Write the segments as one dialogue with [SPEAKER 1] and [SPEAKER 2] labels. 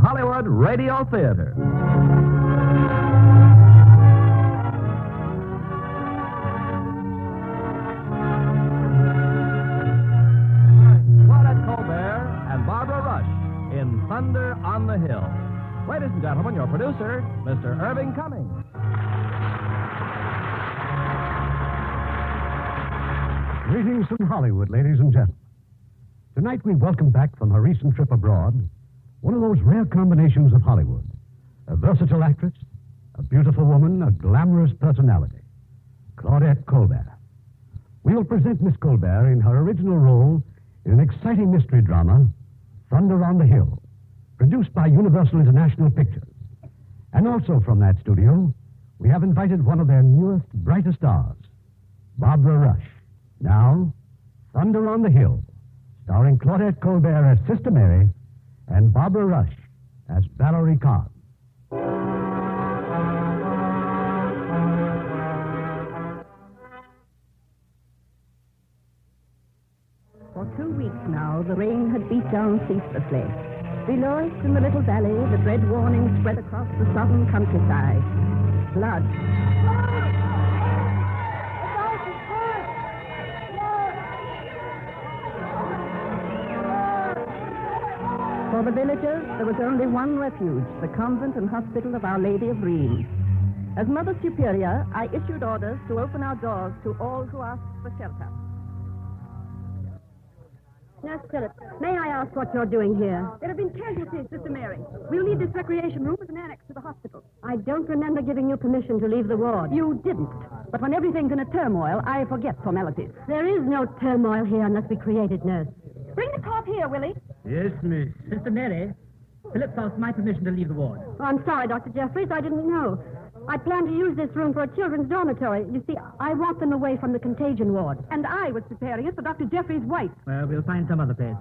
[SPEAKER 1] Hollywood Radio Theater. Claudette Colbert and Barbara Rush in Thunder on the Hill. Ladies and gentlemen, your producer, Mr. Irving Cummings.
[SPEAKER 2] Greetings from Hollywood, ladies and gentlemen. Tonight we welcome back from her recent trip abroad one of those rare combinations of Hollywood a versatile actress, a beautiful woman, a glamorous personality, Claudette Colbert. We will present Miss Colbert in her original role in an exciting mystery drama, Thunder on the Hill, produced by Universal International Pictures. And also from that studio, we have invited one of their newest, brightest stars, Barbara Rush. Now, Thunder on the Hill, starring Claudette Colbert as Sister Mary and Barbara Rush as Valerie Cobb.
[SPEAKER 3] For two weeks now, the rain had beat down ceaselessly. Below us in the little valley, the dread warning spread across the southern countryside. Flood. For the villagers, there was only one refuge, the convent and hospital of Our Lady of Rheims. As Mother Superior, I issued orders to open our doors to all who asked for shelter.
[SPEAKER 4] Nurse Phillips, may I ask what you're doing here? There have been casualties, Sister Mary. We'll leave this recreation room as an annex to the hospital. I don't remember giving you permission to leave the ward.
[SPEAKER 3] You didn't. But when everything's in a turmoil, I forget formalities.
[SPEAKER 4] There is no turmoil here unless we create it, nurse. Bring the cop here, Willie.
[SPEAKER 5] Yes, miss. Sister Mary, Phillips asked my permission to leave the ward.
[SPEAKER 4] Oh, I'm sorry, Dr. Jeffries. I didn't know. I planned to use this room for a children's dormitory. You see, I want them away from the contagion ward.
[SPEAKER 3] And I was preparing it for Dr. Jeffrey's wife.
[SPEAKER 5] Well, we'll find some other place.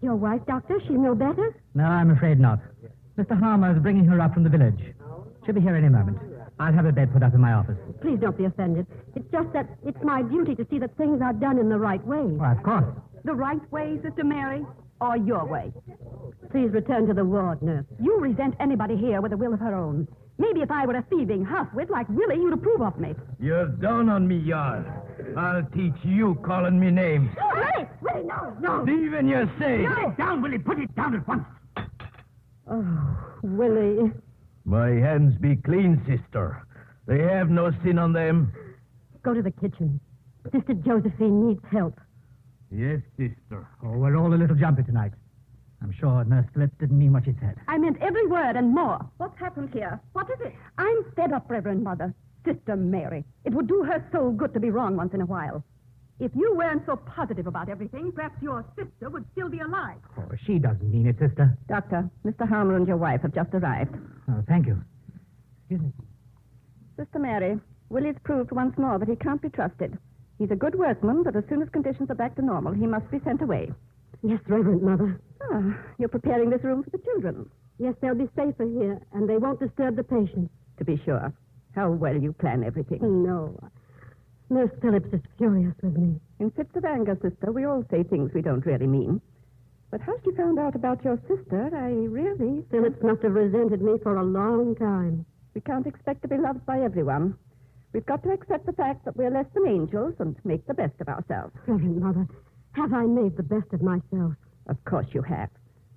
[SPEAKER 4] Your wife, Doctor, she's no better?
[SPEAKER 5] No, I'm afraid not. Mr. Harmer is bringing her up from the village. She'll be here any moment. I'll have her bed put up in my office.
[SPEAKER 4] Please don't be offended. It's just that it's my duty to see that things are done in the right way.
[SPEAKER 5] Why, of course.
[SPEAKER 3] The right way, Sister Mary, or your way.
[SPEAKER 4] Please return to the ward, nurse.
[SPEAKER 3] You resent anybody here with a will of her own. Maybe if I were a thieving huffwit like Willie, you'd approve of me.
[SPEAKER 6] You're down on me, yard. I'll teach you calling me names.
[SPEAKER 4] Willie! Willie, no, no!
[SPEAKER 6] Even your say.
[SPEAKER 5] it down, Willie. Put it down at once.
[SPEAKER 4] Oh, Willie.
[SPEAKER 6] My hands be clean, sister. They have no sin on them.
[SPEAKER 4] Go to the kitchen. Sister Josephine needs help.
[SPEAKER 6] Yes, sister.
[SPEAKER 5] Oh, we're all a little jumpy tonight. I'm sure Nurse Phillips didn't mean what she said.
[SPEAKER 3] I meant every word and more.
[SPEAKER 4] What's happened here? What is it?
[SPEAKER 3] I'm fed up, Reverend Mother. Sister Mary. It would do her so good to be wrong once in a while. If you weren't so positive about everything, perhaps your sister would still be alive.
[SPEAKER 5] Oh, she doesn't mean it, sister.
[SPEAKER 3] Doctor, Mr. Harmer and your wife have just arrived.
[SPEAKER 5] Oh, thank you. Excuse me.
[SPEAKER 3] Sister Mary, Willie's proved once more that he can't be trusted. He's a good workman, but as soon as conditions are back to normal, he must be sent away.
[SPEAKER 4] Yes, Reverend Mother.
[SPEAKER 3] Ah, you're preparing this room for the children,
[SPEAKER 4] Yes, they'll be safer here, and they won't disturb the patients.
[SPEAKER 3] to be sure. How well you plan everything.
[SPEAKER 4] No. Nurse Phillips is furious with me.
[SPEAKER 3] In fits of anger, sister, we all say things we don't really mean. But how she found out about your sister, I really.
[SPEAKER 4] Phillips must have resented me for a long time.
[SPEAKER 3] We can't expect to be loved by everyone. We've got to accept the fact that we're less than angels and make the best of ourselves.
[SPEAKER 4] Reverend Mother, have I made the best of myself?
[SPEAKER 3] Of course you have.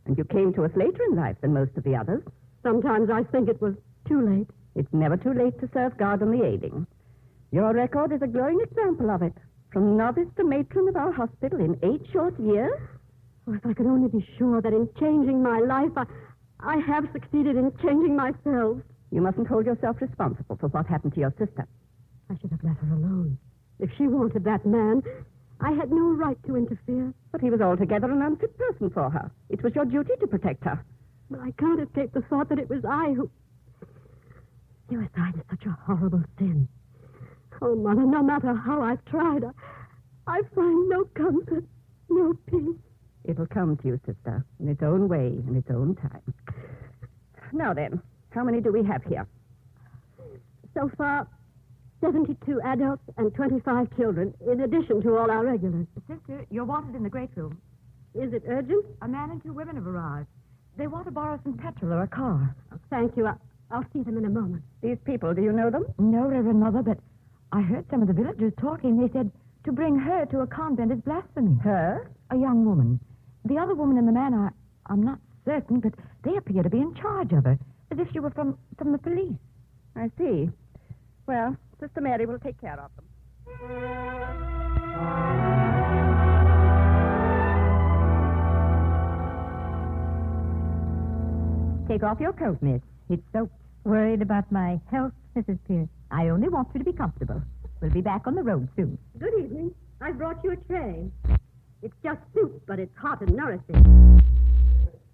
[SPEAKER 7] And you came to us later in life than most of the others.
[SPEAKER 3] Sometimes I think it was too late.
[SPEAKER 7] It's never too late to serve God in the aiding. Your record is a glowing example of it. From novice to matron of our hospital in eight short years.
[SPEAKER 3] Oh, if I could only be sure that in changing my life, I, I have succeeded in changing myself.
[SPEAKER 7] You mustn't hold yourself responsible for what happened to your sister.
[SPEAKER 3] I should have let her alone. If she wanted that man, I had no right to interfere.
[SPEAKER 7] But he was altogether an unfit person for her. It was your duty to protect her.
[SPEAKER 3] But I can't escape the thought that it was I who. Suicide is such a horrible sin. Oh, Mother, no matter how I've tried, I, I find no comfort, no peace.
[SPEAKER 7] It'll come to you, sister, in its own way, in its own time. Now then, how many do we have here?
[SPEAKER 3] So far, 72 adults and 25 children, in addition to all our regulars.
[SPEAKER 8] Sister, you're wanted in the great room.
[SPEAKER 3] Is it urgent?
[SPEAKER 8] A man and two women have arrived. They want to borrow some petrol or a car.
[SPEAKER 3] Thank you. I, I'll see them in a moment.
[SPEAKER 7] These people, do you know them?
[SPEAKER 8] No, Reverend Mother, but I heard some of the villagers talking. They said to bring her to a convent is blasphemy.
[SPEAKER 7] Her?
[SPEAKER 8] A young woman. The other woman and the man are, I'm not certain, but they appear to be in charge of her, as if she were from, from the police.
[SPEAKER 7] I see. Well, Sister Mary will take care of them.
[SPEAKER 9] Take off your coat, miss. It's soaked. Worried about my health, Mrs. Pierce? I only want you to be comfortable. We'll be back on the road soon.
[SPEAKER 3] Good evening. I brought you a tray. It's just soup, but it's hot and nourishing.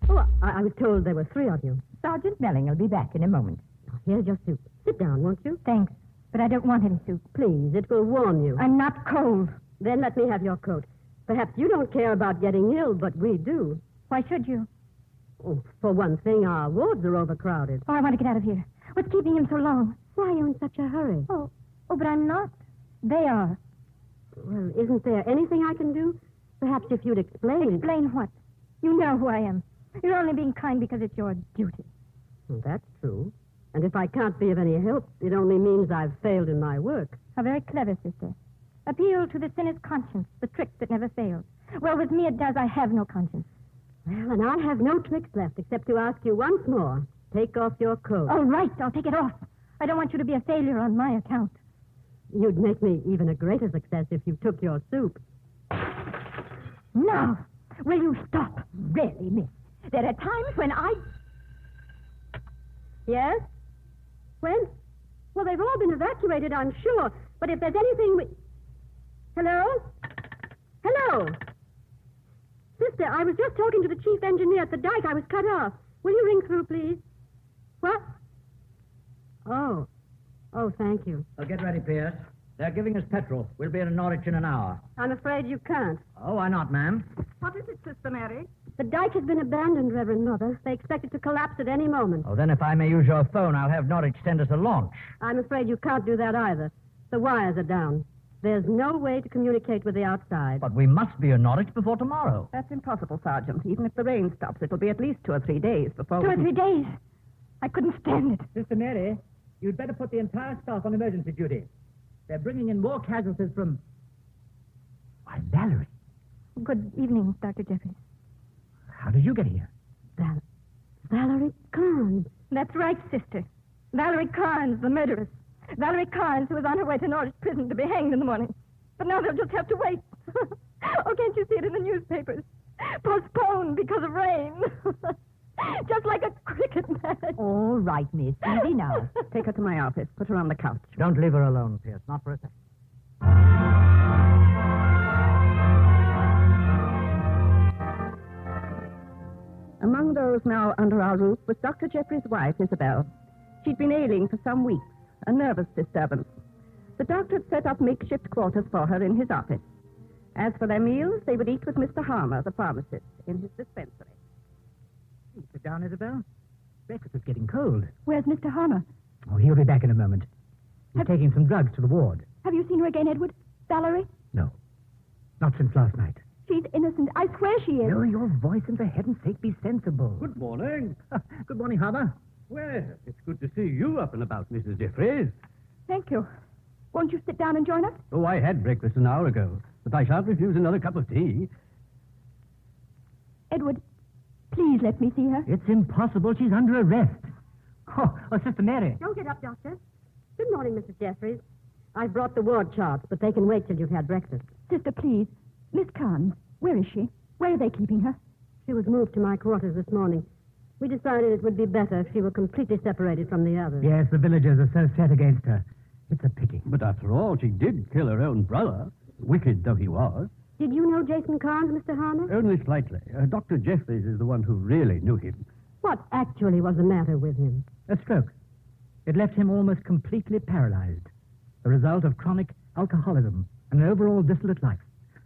[SPEAKER 3] Oh, I, I was told there were three of you.
[SPEAKER 9] Sergeant Melling will be back in a moment.
[SPEAKER 3] Here's your soup. Sit down, won't you?
[SPEAKER 9] Thanks, but I don't want any soup.
[SPEAKER 3] Please, it will warm you.
[SPEAKER 9] I'm not cold.
[SPEAKER 3] Then let me have your coat. Perhaps you don't care about getting ill, but we do.
[SPEAKER 9] Why should you?
[SPEAKER 3] Oh, for one thing, our wards are overcrowded.
[SPEAKER 9] Oh, I want to get out of here. What's keeping him so long?
[SPEAKER 3] Why are you in such a hurry?
[SPEAKER 9] Oh, oh, but I'm not. They are.
[SPEAKER 3] Well, isn't there anything I can do? Perhaps if you'd explain.
[SPEAKER 9] Explain what? You know who I am. You're only being kind because it's your duty.
[SPEAKER 3] Well, that's true. And if I can't be of any help, it only means I've failed in my work.
[SPEAKER 9] How very clever, sister. Appeal to the sinner's conscience, the trick that never fails. Well, with me it does. I have no conscience.
[SPEAKER 3] Well, and I have no tricks left except to ask you once more. Take off your coat.
[SPEAKER 9] All right, I'll take it off. I don't want you to be a failure on my account.
[SPEAKER 3] You'd make me even a greater success if you took your soup.
[SPEAKER 9] Now, will you stop? Really, miss. There are times when I.
[SPEAKER 3] Yes? When? Well, they've all been evacuated, I'm sure. But if there's anything we. Hello? Hello? Sister, I was just talking to the chief engineer at the dike. I was cut off. Will you ring through, please? What? Oh. Oh, thank you.
[SPEAKER 2] Oh, get ready, Pierce. They're giving us petrol. We'll be in Norwich in an hour.
[SPEAKER 3] I'm afraid you can't.
[SPEAKER 2] Oh, why not, ma'am?
[SPEAKER 7] What is it, Sister Mary?
[SPEAKER 3] The dike has been abandoned, Reverend Mother. They expect it to collapse at any moment.
[SPEAKER 2] Oh, then if I may use your phone, I'll have Norwich send us a launch.
[SPEAKER 3] I'm afraid you can't do that either. The wires are down. There's no way to communicate with the outside.
[SPEAKER 2] But we must be in Norwich before tomorrow.
[SPEAKER 7] That's impossible, Sergeant. Even if the rain stops, it'll be at least two or three days before.
[SPEAKER 9] Two
[SPEAKER 7] we
[SPEAKER 9] or
[SPEAKER 7] can-
[SPEAKER 9] three days. I couldn't stand it.
[SPEAKER 2] Sister Mary, you'd better put the entire staff on emergency duty. They're bringing in more casualties from. Why, Valerie,
[SPEAKER 9] Good evening, Dr. Jeffries.
[SPEAKER 2] how did you get here?
[SPEAKER 3] Val- Valerie Carnes.
[SPEAKER 9] That's right, sister. Valerie Carnes, the murderess. Valerie Carnes, who is on her way to Norwich prison to be hanged in the morning. But now they'll just have to wait. oh, can't you see it in the newspapers? Postponed because of rain. just like a cricket match.
[SPEAKER 7] All right, miss. Easy now. Take her to my office. Put her on the couch.
[SPEAKER 2] Don't leave her alone, Pierce. Not for a second.
[SPEAKER 7] Among those now under our roof was Dr. Jeffrey's wife, Isabel. She'd been ailing for some weeks, a nervous disturbance. The doctor had set up makeshift quarters for her in his office. As for their meals, they would eat with Mr. Harmer, the pharmacist, in his dispensary.
[SPEAKER 2] Sit down, Isabel. Breakfast is getting cold.
[SPEAKER 9] Where's Mr. Harmer?
[SPEAKER 2] Oh, he'll be back in a moment. He's taking some drugs to the ward.
[SPEAKER 9] Have you seen her again, Edward? Valerie?
[SPEAKER 2] No. Not since last night.
[SPEAKER 9] She's innocent. I swear she is.
[SPEAKER 2] Lower your voice and for heaven's sake be sensible.
[SPEAKER 10] Good morning.
[SPEAKER 2] Good morning, Harbour.
[SPEAKER 10] Well, it's good to see you up and about, Mrs. Jeffries.
[SPEAKER 9] Thank you. Won't you sit down and join us?
[SPEAKER 10] Oh, I had breakfast an hour ago, but I shan't refuse another cup of tea.
[SPEAKER 9] Edward, Please let me see her.
[SPEAKER 2] It's impossible. She's under arrest. Oh, oh Sister Mary.
[SPEAKER 4] Don't get up, Doctor. Good morning, Mrs. Jeffries.
[SPEAKER 3] I've brought the ward charts, but they can wait till you've had breakfast.
[SPEAKER 9] Sister, please. Miss Carnes, where is she? Where are they keeping her?
[SPEAKER 3] She was moved to my quarters this morning. We decided it would be better if she were completely separated from the others.
[SPEAKER 2] Yes, the villagers are so set against her. It's a pity.
[SPEAKER 11] But after all, she did kill her own brother, wicked though he was.
[SPEAKER 3] Did you know Jason Carnes, Mr. Harmer?
[SPEAKER 11] Only slightly. Uh, Dr. Jeffries is the one who really knew him.
[SPEAKER 3] What actually was the matter with him?
[SPEAKER 2] A stroke. It left him almost completely paralyzed, the result of chronic alcoholism and an overall dissolute life.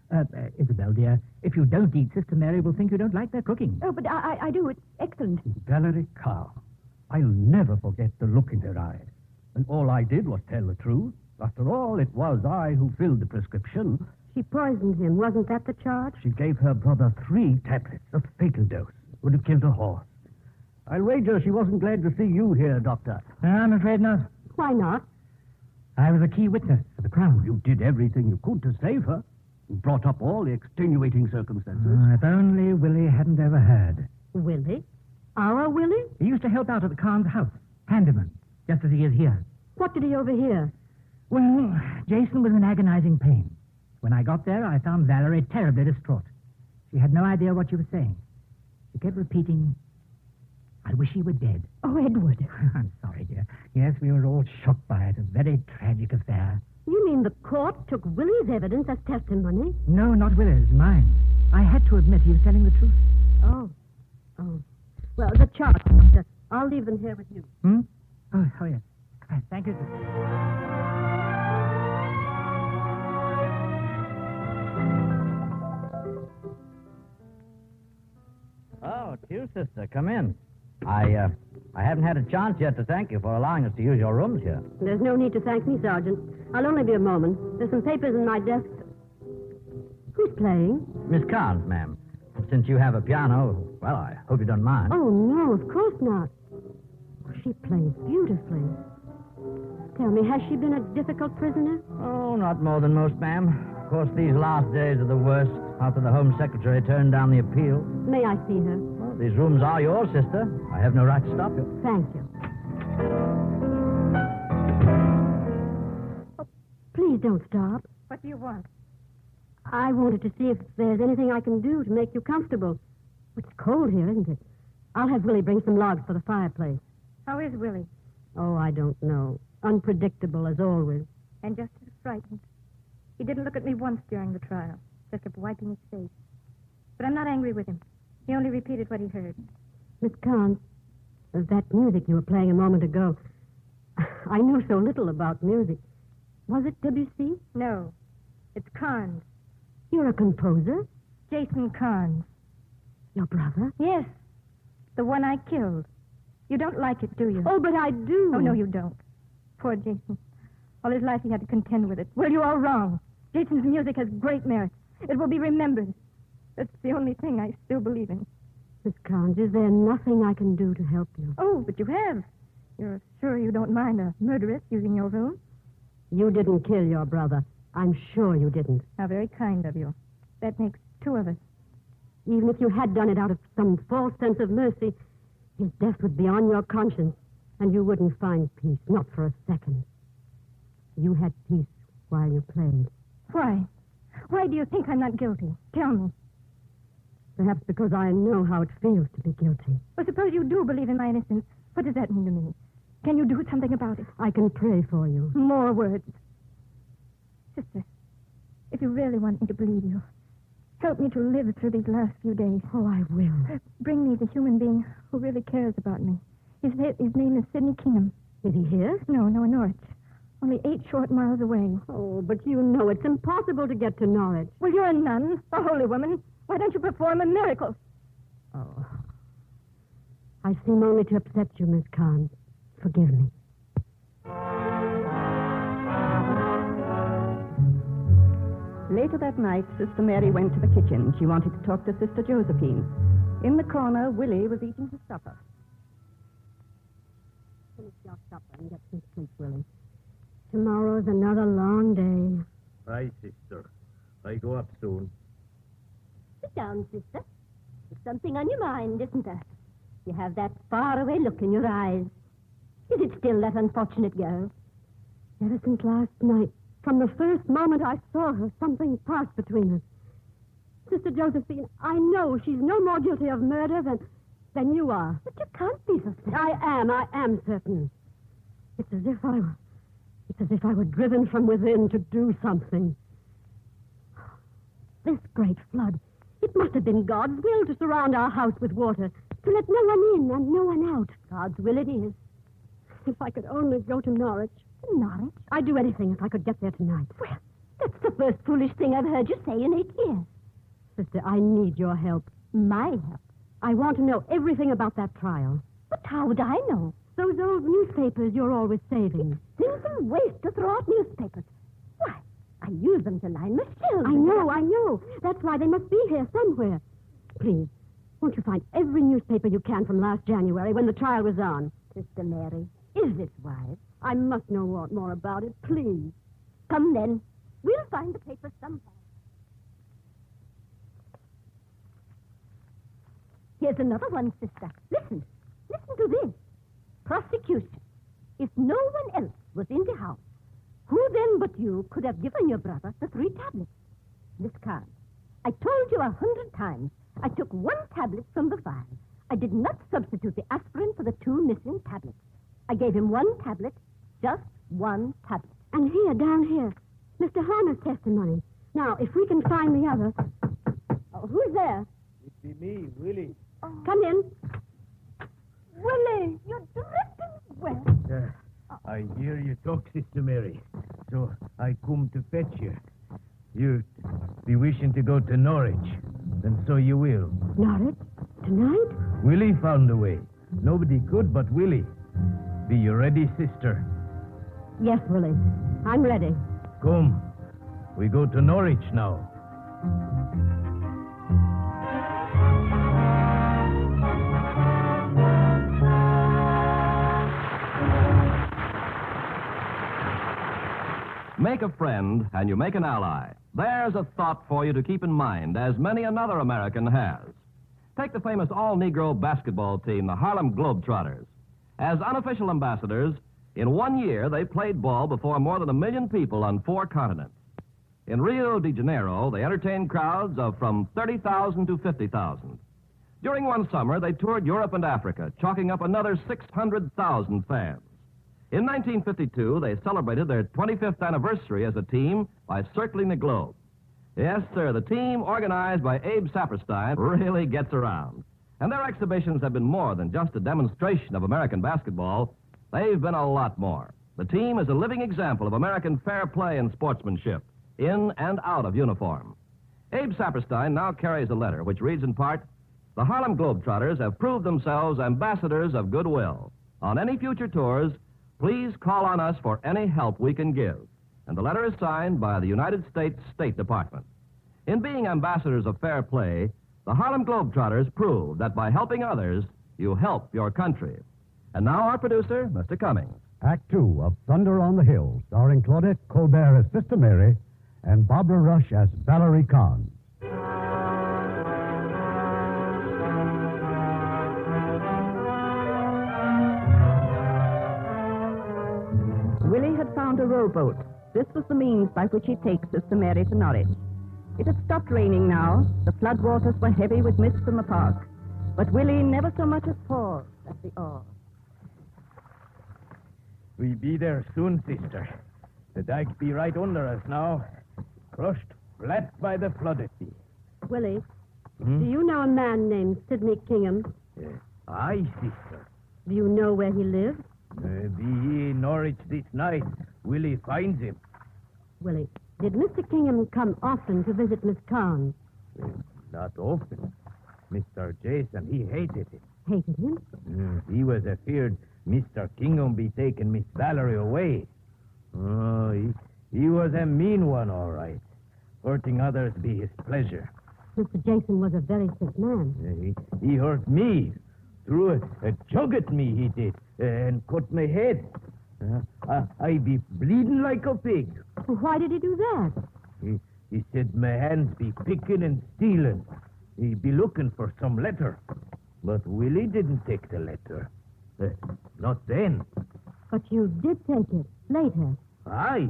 [SPEAKER 2] Uh, uh, Isabel, dear, if you don't eat, Sister Mary will think you don't like their cooking.
[SPEAKER 9] Oh, but I, I, I do. It's excellent.
[SPEAKER 11] Valerie Carr. I'll never forget the look in her eyes. And all I did was tell the truth. After all, it was I who filled the prescription.
[SPEAKER 3] She poisoned him. Wasn't that the charge?
[SPEAKER 11] She gave her brother three tablets, a fatal dose. Would have killed a horse. I'll wager she wasn't glad to see you here, Doctor.
[SPEAKER 2] I'm afraid not.
[SPEAKER 3] Why not?
[SPEAKER 2] I was a key witness for the Crown.
[SPEAKER 11] You did everything you could to save her. You brought up all the extenuating circumstances.
[SPEAKER 2] Oh, if only Willie hadn't ever heard.
[SPEAKER 3] Willie? Our Willie?
[SPEAKER 2] He used to help out at the Khan's house, handyman, just as he is here.
[SPEAKER 3] What did he overhear?
[SPEAKER 2] Well, Jason was in agonizing pain. When I got there, I found Valerie terribly distraught. She had no idea what she was saying. She kept repeating, I wish he were dead.
[SPEAKER 9] Oh, Edward.
[SPEAKER 2] I'm sorry, dear. Yes, we were all shocked by it. A very tragic affair.
[SPEAKER 3] You mean the court took Willie's evidence as testimony?
[SPEAKER 2] No, not Willie's, mine. I had to admit he was telling the truth.
[SPEAKER 3] Oh. Oh. Well, the charts, Doctor. I'll leave them here with you.
[SPEAKER 2] Hmm? Oh, oh yes. Uh, thank you.
[SPEAKER 12] Oh, it's you, sister. Come in. I, uh, I haven't had a chance yet to thank you for allowing us to use your rooms here.
[SPEAKER 3] There's no need to thank me, Sergeant. I'll only be a moment. There's some papers in my desk. Who's playing?
[SPEAKER 12] Miss Carnes, ma'am. Since you have a piano, well, I hope you don't mind.
[SPEAKER 3] Oh, no, of course not. She plays beautifully. Tell me, has she been a difficult prisoner?
[SPEAKER 12] Oh, not more than most, ma'am. Of course, these last days are the worst after the Home Secretary turned down the appeal.
[SPEAKER 3] May I see her?
[SPEAKER 12] Well, these rooms are yours, sister. I have no right to stop you.
[SPEAKER 3] Thank you. Oh, please don't stop.
[SPEAKER 9] What do you want?
[SPEAKER 3] I wanted to see if there's anything I can do to make you comfortable. It's cold here, isn't it? I'll have Willie bring some logs for the fireplace.
[SPEAKER 9] How is Willie?
[SPEAKER 3] Oh, I don't know. Unpredictable as always.
[SPEAKER 9] And just as frightened. He didn't look at me once during the trial, just kept wiping his face. But I'm not angry with him. He only repeated what he heard.
[SPEAKER 3] Miss Carnes, that music you were playing a moment ago. I know so little about music. Was it Debussy?
[SPEAKER 9] No. It's Carnes.
[SPEAKER 3] You're a composer?
[SPEAKER 9] Jason Carnes.
[SPEAKER 3] Your brother?
[SPEAKER 9] Yes. The one I killed. You don't like it, do you?
[SPEAKER 3] Oh, but I do.
[SPEAKER 9] Oh, no, you don't. Poor Jason. All his life he had to contend with it. Well, you are wrong. Jason's music has great merit. It will be remembered. That's the only thing I still believe in.
[SPEAKER 3] Miss Carnes, is there nothing I can do to help you?
[SPEAKER 9] Oh, but you have. You're sure you don't mind a murderess using your room?
[SPEAKER 3] You didn't kill your brother. I'm sure you didn't.
[SPEAKER 9] How very kind of you. That makes two of us.
[SPEAKER 3] Even if you had done it out of some false sense of mercy, his death would be on your conscience, and you wouldn't find peace, not for a second. You had peace while you played.
[SPEAKER 9] Why? Why do you think I'm not guilty? Tell me.
[SPEAKER 3] Perhaps because I know how it feels to be guilty.
[SPEAKER 9] Well, suppose you do believe in my innocence. What does that mean to me? Can you do something about it?
[SPEAKER 3] I can pray for you.
[SPEAKER 9] More words. Sister, if you really want me to believe you, help me to live through these last few days.
[SPEAKER 3] Oh, I will.
[SPEAKER 9] Bring me the human being who really cares about me. His, his name is Sidney Kingham.
[SPEAKER 13] Hmm.
[SPEAKER 3] Is he here?
[SPEAKER 9] No, no, in Norwich. Only eight short miles away.
[SPEAKER 3] Oh, but you know it's impossible to get to Norwich.
[SPEAKER 9] Well, you're a nun, a holy woman. Why don't you perform a miracle?
[SPEAKER 3] Oh. I seem only to upset you, Miss Carnes. Forgive me.
[SPEAKER 13] Later that night, Sister Mary went to the kitchen. She wanted to talk to Sister Josephine. In the corner, Willie was eating his supper.
[SPEAKER 3] Finish your supper and get some sleep, Willie. Tomorrow's another long day.
[SPEAKER 14] Aye, sister. I go up soon.
[SPEAKER 3] Sit down, sister. It's
[SPEAKER 4] Something on your mind, isn't there?
[SPEAKER 3] You have that faraway look in your eyes. Is it still that unfortunate girl? Ever since last night, from the first moment I saw her, something passed between us. Sister Josephine, I know she's no more guilty of murder than, than you are. But you can't be certain. I am, I am certain. It's as if I were, it's as if I were driven from within to do something. This great flood, it must have been God's will to surround our house with water, to let no one in and no one out. God's will it is. If I could only go to Norwich. To Norwich? I'd do anything if I could get there tonight. Well, that's the first foolish thing I've heard you say in eight years. Sister, I need your help. My help? I want to know everything about that trial. But how would I know? Those old newspapers you're always saving.
[SPEAKER 4] Sinful waste to throw out newspapers. Why, I use them to line my shelves.
[SPEAKER 3] I know, I know. That's why they must be here somewhere. Please, won't you find every newspaper you can from last January when the trial was on? Sister Mary, is this wise? I must know what more about it, please. Come then.
[SPEAKER 4] We'll find the paper somehow.
[SPEAKER 3] Here's another one, sister. Listen. Listen to this.
[SPEAKER 4] Prosecution. If no one else was in the house, who then but you could have given your brother the three tablets? Miss Carnes, I told you a hundred times I took one tablet from the vial. I did not substitute the aspirin for the two missing tablets. I gave him one tablet, just one tablet.
[SPEAKER 3] And here, down here, Mr. Harmer's testimony. Now, if we can find the other.
[SPEAKER 4] Uh,
[SPEAKER 3] Oh, who's there?
[SPEAKER 15] It be me, Willie.
[SPEAKER 3] Come in.
[SPEAKER 4] Willie, you're dripping wet.
[SPEAKER 14] Yeah. Uh, I hear you talk, Sister Mary. So I come to fetch you. You be wishing to go to Norwich. Then so you will.
[SPEAKER 3] Norwich? Tonight?
[SPEAKER 14] Willie found the way. Nobody could but Willie. Be you ready, sister?
[SPEAKER 3] Yes, Willie. I'm ready.
[SPEAKER 14] Come. We go to Norwich now.
[SPEAKER 6] Make a friend and you make an ally. There's a thought for you to keep in mind, as many another American has. Take the famous all Negro basketball team, the Harlem Globetrotters. As unofficial ambassadors, in one year they played ball before more than a million people on four continents. In Rio de Janeiro, they entertained crowds of from 30,000 to 50,000. During one summer, they toured Europe and Africa, chalking up another 600,000 fans. In 1952, they celebrated their 25th anniversary as a team by circling the globe. Yes, sir, the team organized by Abe Saperstein really gets around. And their exhibitions have been more than just a demonstration of American basketball. They've been a lot more. The team is a living example of American fair play and sportsmanship, in and out of uniform. Abe Saperstein now carries a letter which reads in part The Harlem Globetrotters have proved themselves ambassadors of goodwill. On any future tours, please call on us for any help we can give. And the letter is signed by the United States State Department. In being ambassadors of fair play, the Harlem Globetrotters prove that by helping others, you help your country. And now our producer, Mr. Cummings.
[SPEAKER 16] Act two of Thunder on the Hill, starring Claudette Colbert as Sister Mary and Barbara Rush as Valerie Kahn.
[SPEAKER 13] Willie had found a rowboat. This was the means by which he takes Sister Mary to Norwich. It had stopped raining now. The floodwaters were heavy with mist from the park. But Willie never so much as paused at the oar.
[SPEAKER 14] We be there soon, sister. The dike be right under us now. Crushed flat by the flood it be.
[SPEAKER 3] Willie,
[SPEAKER 14] Hmm?
[SPEAKER 3] do you know a man named Sidney Kingham?
[SPEAKER 14] Aye, sister.
[SPEAKER 3] Do you know where he lives?
[SPEAKER 14] Uh, be he in Norwich this night. Willie finds him.
[SPEAKER 3] Willie, did Mr. Kingham come often to visit Miss Carnes?
[SPEAKER 14] Not often. Mr. Jason, he hated it.
[SPEAKER 3] Hated him?
[SPEAKER 14] Mm, he was afeard Mr. Kingham be taking Miss Valerie away. Oh, he, he was a mean one, all right. Hurting others be his pleasure.
[SPEAKER 3] Mr. Jason was a very sick man.
[SPEAKER 6] Eh?
[SPEAKER 14] He, he hurt me. Threw a, a jug at me, he did,
[SPEAKER 6] eh,
[SPEAKER 14] and cut my head. Uh, I, I be bleeding like a pig.
[SPEAKER 3] Why did he do that?
[SPEAKER 14] He, he said my hands be picking and stealing.
[SPEAKER 6] He be looking for some letter. But Willie didn't take the letter. Eh, not then.
[SPEAKER 17] But you did take it later.
[SPEAKER 6] Aye.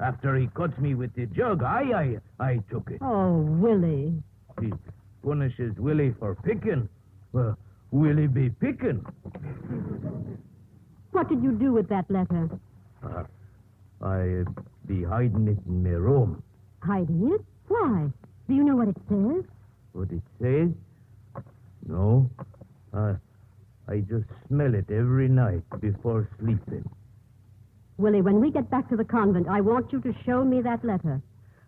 [SPEAKER 6] After he cuts me with the jug, I I, I took it.
[SPEAKER 17] Oh, Willie.
[SPEAKER 6] He punishes Willie for picking. Well, Willie be picking.
[SPEAKER 17] What did you do with that letter?
[SPEAKER 6] Uh, I uh, be hiding it in my room.
[SPEAKER 17] Hiding it? Why? Do you know what it says?
[SPEAKER 6] What it says? No. I I just smell it every night before sleeping.
[SPEAKER 17] Willie, when we get back to the convent, I want you to show me that letter.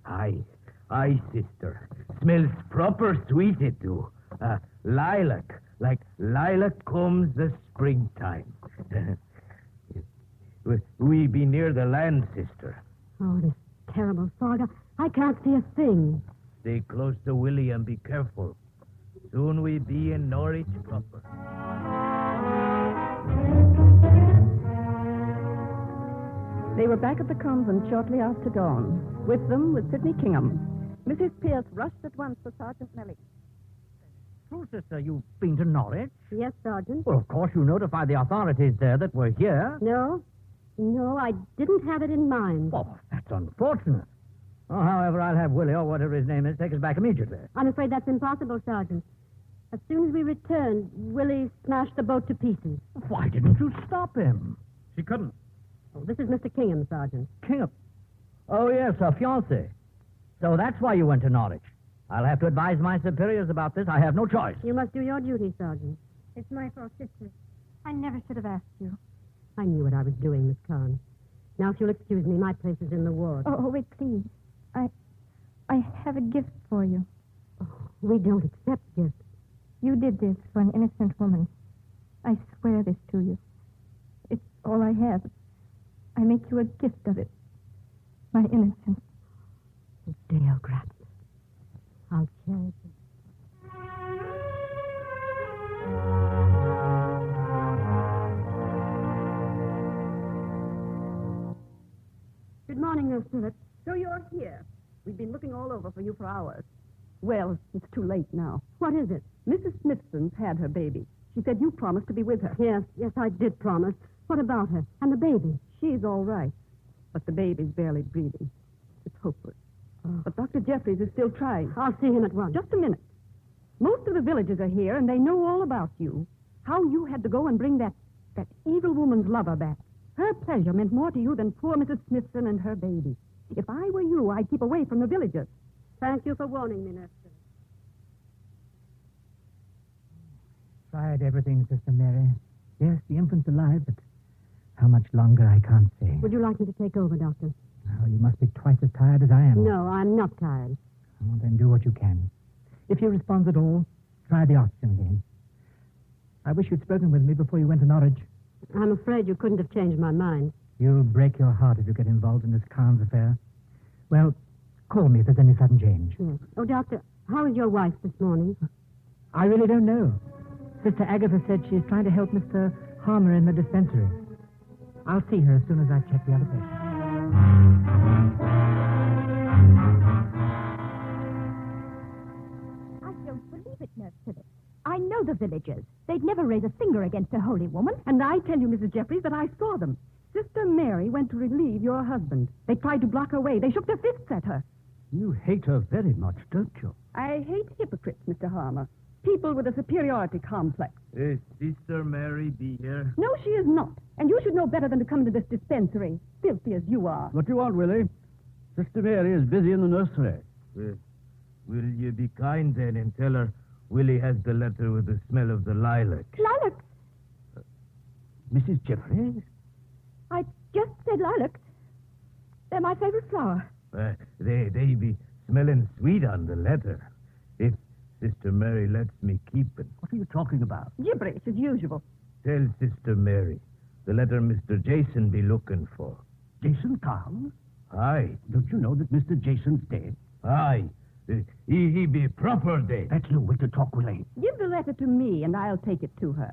[SPEAKER 6] Aye, aye, sister. Smells proper sweet it do. Uh, lilac, like lilac comes the springtime. we, we be near the land, sister.
[SPEAKER 17] Oh, this terrible fog. I can't see a thing.
[SPEAKER 6] Stay close to Willie and be careful. Soon we be in Norwich proper.
[SPEAKER 3] They were back at the convent shortly after dawn. With them was Sidney Kingham. Mrs. Pierce rushed at once to Sergeant Mellick.
[SPEAKER 2] Oh, sister, you've been to Norwich?
[SPEAKER 17] Yes, Sergeant?
[SPEAKER 2] Well, of course, you notified the authorities there that
[SPEAKER 6] Uh,
[SPEAKER 2] we're here.
[SPEAKER 17] No. No, I didn't have it in mind.
[SPEAKER 2] Oh, that's unfortunate. Oh, however, I'll have Willie, or whatever his name is, take us back immediately.
[SPEAKER 17] I'm afraid that's impossible, Sergeant. As soon as we returned, Willie smashed the boat to pieces.
[SPEAKER 2] Why didn't you stop him?
[SPEAKER 18] She couldn't.
[SPEAKER 17] Oh, this is Mr. Kingham, Sergeant.
[SPEAKER 2] Kingham? Oh, yes, her fiancé. So that's why you went to Norwich. I'll have to advise my superiors about this. I have no choice.
[SPEAKER 17] You must do your duty, Sergeant.
[SPEAKER 9] It's my fault, sister. I never should have asked you.
[SPEAKER 17] I knew what I was doing, Miss Carnes. Now, if you'll excuse me, my place is in the ward.
[SPEAKER 9] Oh, wait, please. I, I have a gift for you.
[SPEAKER 17] We don't accept gifts.
[SPEAKER 9] You did this for an innocent woman. I swear this to you. It's all I have. I make you a gift of it. My innocence.
[SPEAKER 17] Deo gratis. I'll cherish it. Good morning, Nurse Phillips.
[SPEAKER 3] So you're here. We've been looking all over for you for hours. Well, it's too late now.
[SPEAKER 17] What is it?
[SPEAKER 3] Mrs. Smithson's had her baby. She said you promised to be with her.
[SPEAKER 17] Yes, yes, I did promise. What about her? And the baby?
[SPEAKER 3] She's all right, but the baby's barely breathing. It's hopeless. But Dr. Jeffries is still trying.
[SPEAKER 17] Oh. I'll see him at once.
[SPEAKER 3] Just a minute. Most of the villagers are here, and they know all about you. How you had to go and bring that, that evil woman's lover back. Her pleasure meant more to you than poor Mrs. Smithson and her baby. If I were you, I'd keep away from the villagers.
[SPEAKER 17] Thank you for warning me, Nurse.
[SPEAKER 2] Tried everything, Sister Mary. Yes, the infant's alive, but how much longer I can't say.
[SPEAKER 17] Would you like me to take over, Doctor?
[SPEAKER 2] Oh, you must be twice as tired as I am.
[SPEAKER 17] No, I'm not tired.
[SPEAKER 2] Oh, then do what you can. If he responds at all, try the oxygen game. I wish you'd spoken with me before you went to Norwich.
[SPEAKER 17] I'm afraid you couldn't have changed my mind.
[SPEAKER 2] You'll break your heart if you get involved in this Carnes affair. Well, call me if there's any sudden change.
[SPEAKER 17] Yes. Oh, Doctor, how is your wife this morning?
[SPEAKER 2] I really don't know. Sister Agatha said she's trying to help Mr. Harmer in the dispensary. I'll see her as soon as I check the other patients.
[SPEAKER 19] I don't believe it, Nurse Phillips. I know the villagers. They'd never raise a finger against a holy woman.
[SPEAKER 3] And I tell you, Mrs. Jeffries, that I saw them. Sister Mary went to relieve your husband. They tried to block her way. They shook their fists at her.
[SPEAKER 18] You hate her very much, don't you?
[SPEAKER 3] I hate hypocrites, Mr. Harmer. People with a superiority complex.
[SPEAKER 6] Is Sister Mary be here?
[SPEAKER 3] No, she is not. And you should know better than to come into this dispensary, filthy as you are.
[SPEAKER 18] What do you want, Willie? Sister Mary is busy in the nursery.
[SPEAKER 6] Will, will you be kind then and tell her Willie has the letter with the smell of the lilac?
[SPEAKER 19] Lilac.
[SPEAKER 18] Mrs. Jeffries?
[SPEAKER 19] I just said lilac. They're my favorite flower.
[SPEAKER 6] Uh, they, they be smelling sweet on the letter. If Sister Mary lets me keep it.
[SPEAKER 18] What are you talking about?
[SPEAKER 3] Gibberish, as usual.
[SPEAKER 6] Tell Sister Mary the letter Mr. Jason be looking for.
[SPEAKER 18] Jason Carnes?
[SPEAKER 6] Aye.
[SPEAKER 18] Don't you know that Mr. Jason's dead?
[SPEAKER 6] Aye. Uh, He, he be proper dead.
[SPEAKER 18] That's no way to talk, Willie.
[SPEAKER 3] Give the letter to me, and I'll take it to her.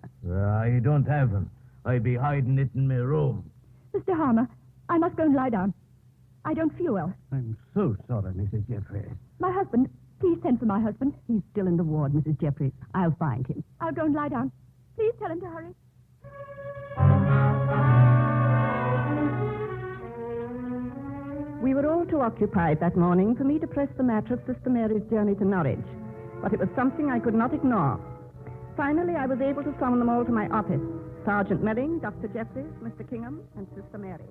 [SPEAKER 6] I don't have him. I be hiding it in my room.
[SPEAKER 19] Mr. Harmer, I must go and lie down. I don't feel well.
[SPEAKER 18] I'm so sorry, Mrs. Jeffries.
[SPEAKER 19] My husband,
[SPEAKER 20] Please send for my husband. He's still in the ward, Mrs. Jeffries. I'll find him.
[SPEAKER 21] I'll go and lie down. Please tell him to hurry.
[SPEAKER 3] We were all too occupied that morning for me to press the matter of Sister Mary's journey to Norwich, but it was something I could not ignore. Finally, I was able to summon them all to my office Sergeant Melling, Dr. Jeffries, Mr. Kingham, and Sister Mary.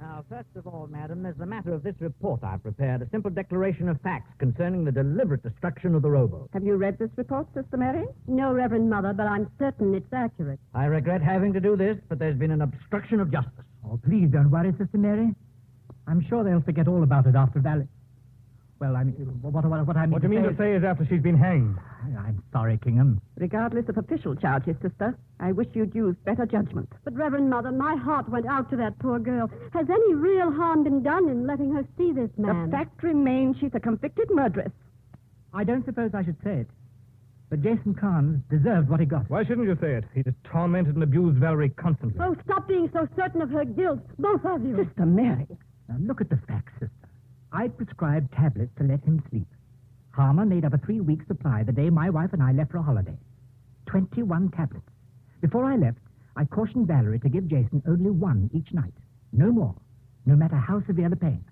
[SPEAKER 22] Now, first of all, madam, there's the matter of this report I've prepared, a simple declaration of facts concerning the deliberate destruction of the rowboat.
[SPEAKER 3] Have you read this report, Sister Mary?
[SPEAKER 23] No, Reverend Mother, but I'm certain it's accurate.
[SPEAKER 22] I regret having to do this, but there's been an obstruction of justice.
[SPEAKER 24] Oh, please don't worry, Sister Mary. I'm sure they'll forget all about it after Valley. Well, I mean, what, what, what I mean
[SPEAKER 2] What
[SPEAKER 24] to
[SPEAKER 2] you mean
[SPEAKER 24] say
[SPEAKER 2] to say is after she's been hanged?
[SPEAKER 24] I'm sorry, Kingham.
[SPEAKER 3] Regardless of official charges, Sister, I wish you'd used better judgment.
[SPEAKER 23] But, Reverend Mother, my heart went out to that poor girl. Has any real harm been done in letting her see this man?
[SPEAKER 3] The fact remains she's a convicted murderess.
[SPEAKER 24] I don't suppose I should say it, but Jason Carnes deserved what he got.
[SPEAKER 2] Why shouldn't you say it? He tormented and abused Valerie constantly.
[SPEAKER 23] Oh, stop being so certain of her guilt, both of you.
[SPEAKER 24] Sister Mary. Now, look at the facts, sister. I prescribed tablets to let him sleep. Harmer made up a three week supply the day my wife and I left for a holiday 21 tablets. Before I left, I cautioned Valerie to give Jason only one each night. No more, no matter how severe the pain.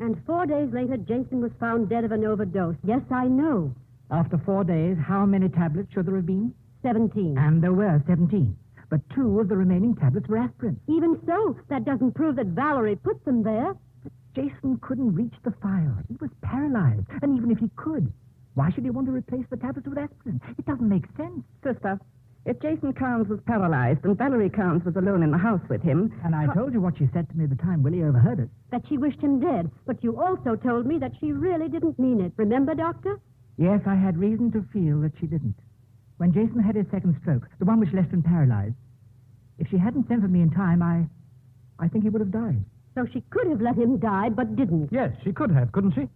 [SPEAKER 23] And four days later, Jason was found dead of an overdose. Yes, I know.
[SPEAKER 24] After four days, how many tablets should there have been?
[SPEAKER 23] Seventeen.
[SPEAKER 24] And there were 17. But two of the remaining tablets were aspirin.
[SPEAKER 23] Even so, that doesn't prove that Valerie put them there.
[SPEAKER 24] Jason couldn't reach the file. He was paralyzed. And even if he could, why should he want to replace the tablets with aspirin? It doesn't make sense.
[SPEAKER 3] Sister, if Jason Carnes was paralyzed and Valerie Carnes was alone in the house with him.
[SPEAKER 24] And I told you what she said to me the time Willie overheard it.
[SPEAKER 23] That she wished him dead, but you also told me that she really didn't mean it. Remember, Doctor?
[SPEAKER 24] Yes, I had reason to feel that she didn't. When Jason had his second stroke, the one which left him paralyzed, if she hadn't sent for me in time, I. I think he would have died.
[SPEAKER 23] So she could have let him die, but didn't.
[SPEAKER 2] Yes, she could have, couldn't she?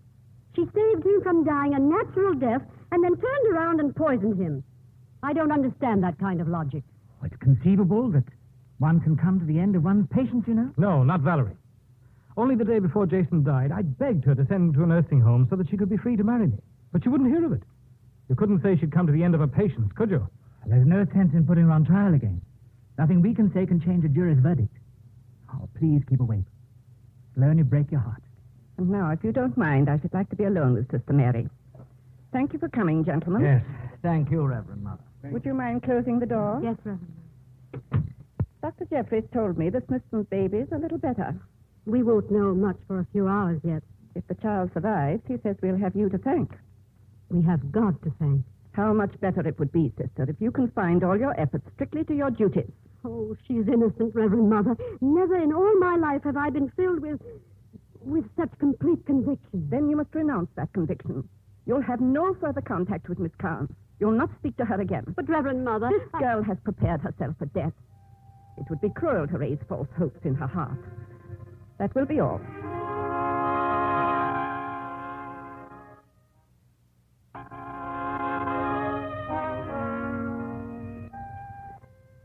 [SPEAKER 23] She saved him from dying a natural death and then turned around and poisoned him. I don't understand that kind of logic.
[SPEAKER 24] It's conceivable that one can come to the end of one's patience, you know.
[SPEAKER 2] No, not Valerie. Only the day before Jason died, I begged her to send him to a nursing home so that she could be free to marry me. But she wouldn't hear of it. You couldn't say she'd come to the end of her patience, could you?
[SPEAKER 24] There's no sense in putting her on trial again. Nothing we can say can change a jury's verdict. Oh, please keep awake. It'll only break your heart.
[SPEAKER 3] And now, if you don't mind, I should like to be alone with Sister Mary. Thank you for coming, gentlemen.
[SPEAKER 22] Yes. Thank you, Reverend Mother.
[SPEAKER 3] Would you mind closing the door?
[SPEAKER 23] Yes, Reverend.
[SPEAKER 3] Dr. Jeffries told me that Smithson's baby's a little better.
[SPEAKER 23] We won't know much for a few hours yet.
[SPEAKER 3] If the child survives, he says we'll have you to thank.
[SPEAKER 23] We have God to thank.
[SPEAKER 3] How much better it would be, sister, if you confined all your efforts strictly to your duties.
[SPEAKER 23] Oh, she's innocent, Reverend Mother. Never in all my life have I been filled with with such complete conviction.
[SPEAKER 3] Then you must renounce that conviction. You'll have no further contact with Miss Carnes. You'll not speak to her again.
[SPEAKER 23] But, Reverend Mother,
[SPEAKER 3] this girl has prepared herself for death. It would be cruel to raise false hopes in her heart. That will be all.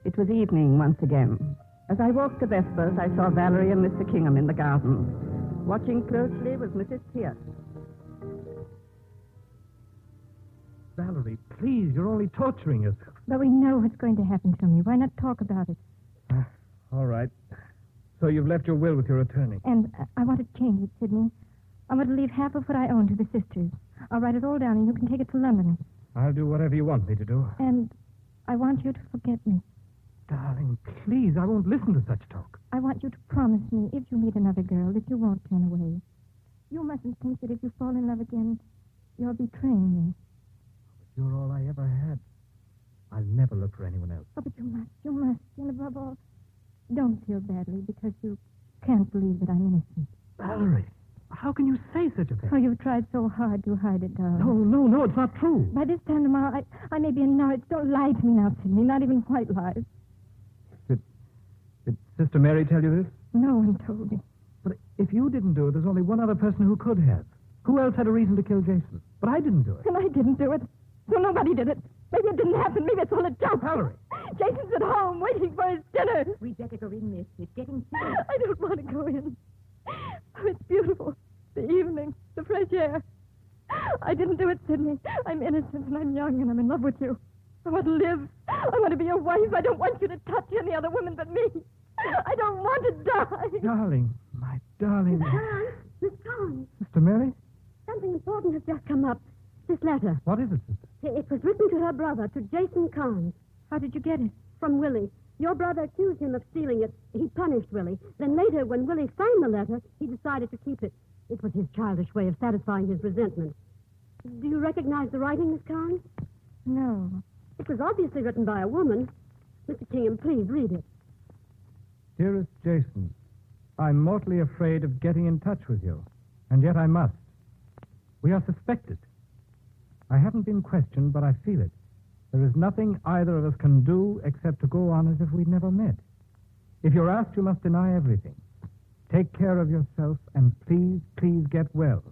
[SPEAKER 3] It was evening once again. As I walked to Vespers, I saw Valerie and Mr. Kingham in the garden. Watching closely was Mrs. Pierce.
[SPEAKER 2] Valerie, please, you're only torturing us.
[SPEAKER 9] But we know what's going to happen to me. Why not talk about it?
[SPEAKER 2] All right. So you've left your will with your attorney.
[SPEAKER 9] And uh, I want to change it, Sidney. I want to leave half of what I own to the sisters. I'll write it all down, and you can take it to London.
[SPEAKER 2] I'll do whatever you want me to do.
[SPEAKER 9] And I want you to forget me.
[SPEAKER 2] Darling, please, I won't listen to such talk.
[SPEAKER 9] I want you to promise me, if you meet another girl, that you won't turn away. You mustn't think that if you fall in love again, you're betraying me.
[SPEAKER 2] You're all I ever had. I'll never look for anyone else.
[SPEAKER 9] Oh, but you must, you must. And above all, don't feel badly because you can't believe that I'm innocent.
[SPEAKER 2] Valerie, how can you say such a thing?
[SPEAKER 9] Oh, you've tried so hard to hide it, darling.
[SPEAKER 2] No, no, no, it's not true.
[SPEAKER 9] By this time tomorrow, I, I may be in Norwich. Don't lie to me now, Sidney. Not even white lies.
[SPEAKER 2] Did Sister Mary tell you this?
[SPEAKER 9] No one told me.
[SPEAKER 2] But if you didn't do it, there's only one other person who could have. Who else had a reason to kill Jason? But I didn't do it.
[SPEAKER 21] And I didn't do it. So nobody did it. Maybe it didn't happen. Maybe it's all a joke.
[SPEAKER 2] Valerie.
[SPEAKER 21] Jason's at home waiting for his dinner.
[SPEAKER 9] We'd better go in, miss. It's getting
[SPEAKER 21] I don't want to go in. Oh, it's beautiful. The evening, the fresh air.
[SPEAKER 9] I didn't do it, Sidney. I'm innocent and I'm young and I'm in love with you. I want to live. I want to be your wife. I don't want you to touch any other woman but me. I don't want to die.
[SPEAKER 2] Darling, my darling.
[SPEAKER 3] Hans, Miss Collins,
[SPEAKER 2] Mr. Mary?
[SPEAKER 3] something important has just come up. This letter.
[SPEAKER 2] What is it? sister?
[SPEAKER 3] I- It was written to her brother, to Jason Carnes. How did you get it? From Willie. Your brother accused him of stealing it. He punished Willie. Then later, when Willie found the letter, he decided to keep it. It was his childish way of satisfying his resentment. Do you recognize the writing, Miss Carnes? No. It was obviously written by a woman. Mr. Kingham, please read it.
[SPEAKER 2] Dearest Jason, I'm mortally afraid of getting in touch with you, and yet I must. We are suspected. I haven't been questioned, but I feel it. There is nothing either of us can do except to go on as if we'd never met. If you're asked, you must deny everything. Take care of yourself and please, please get well.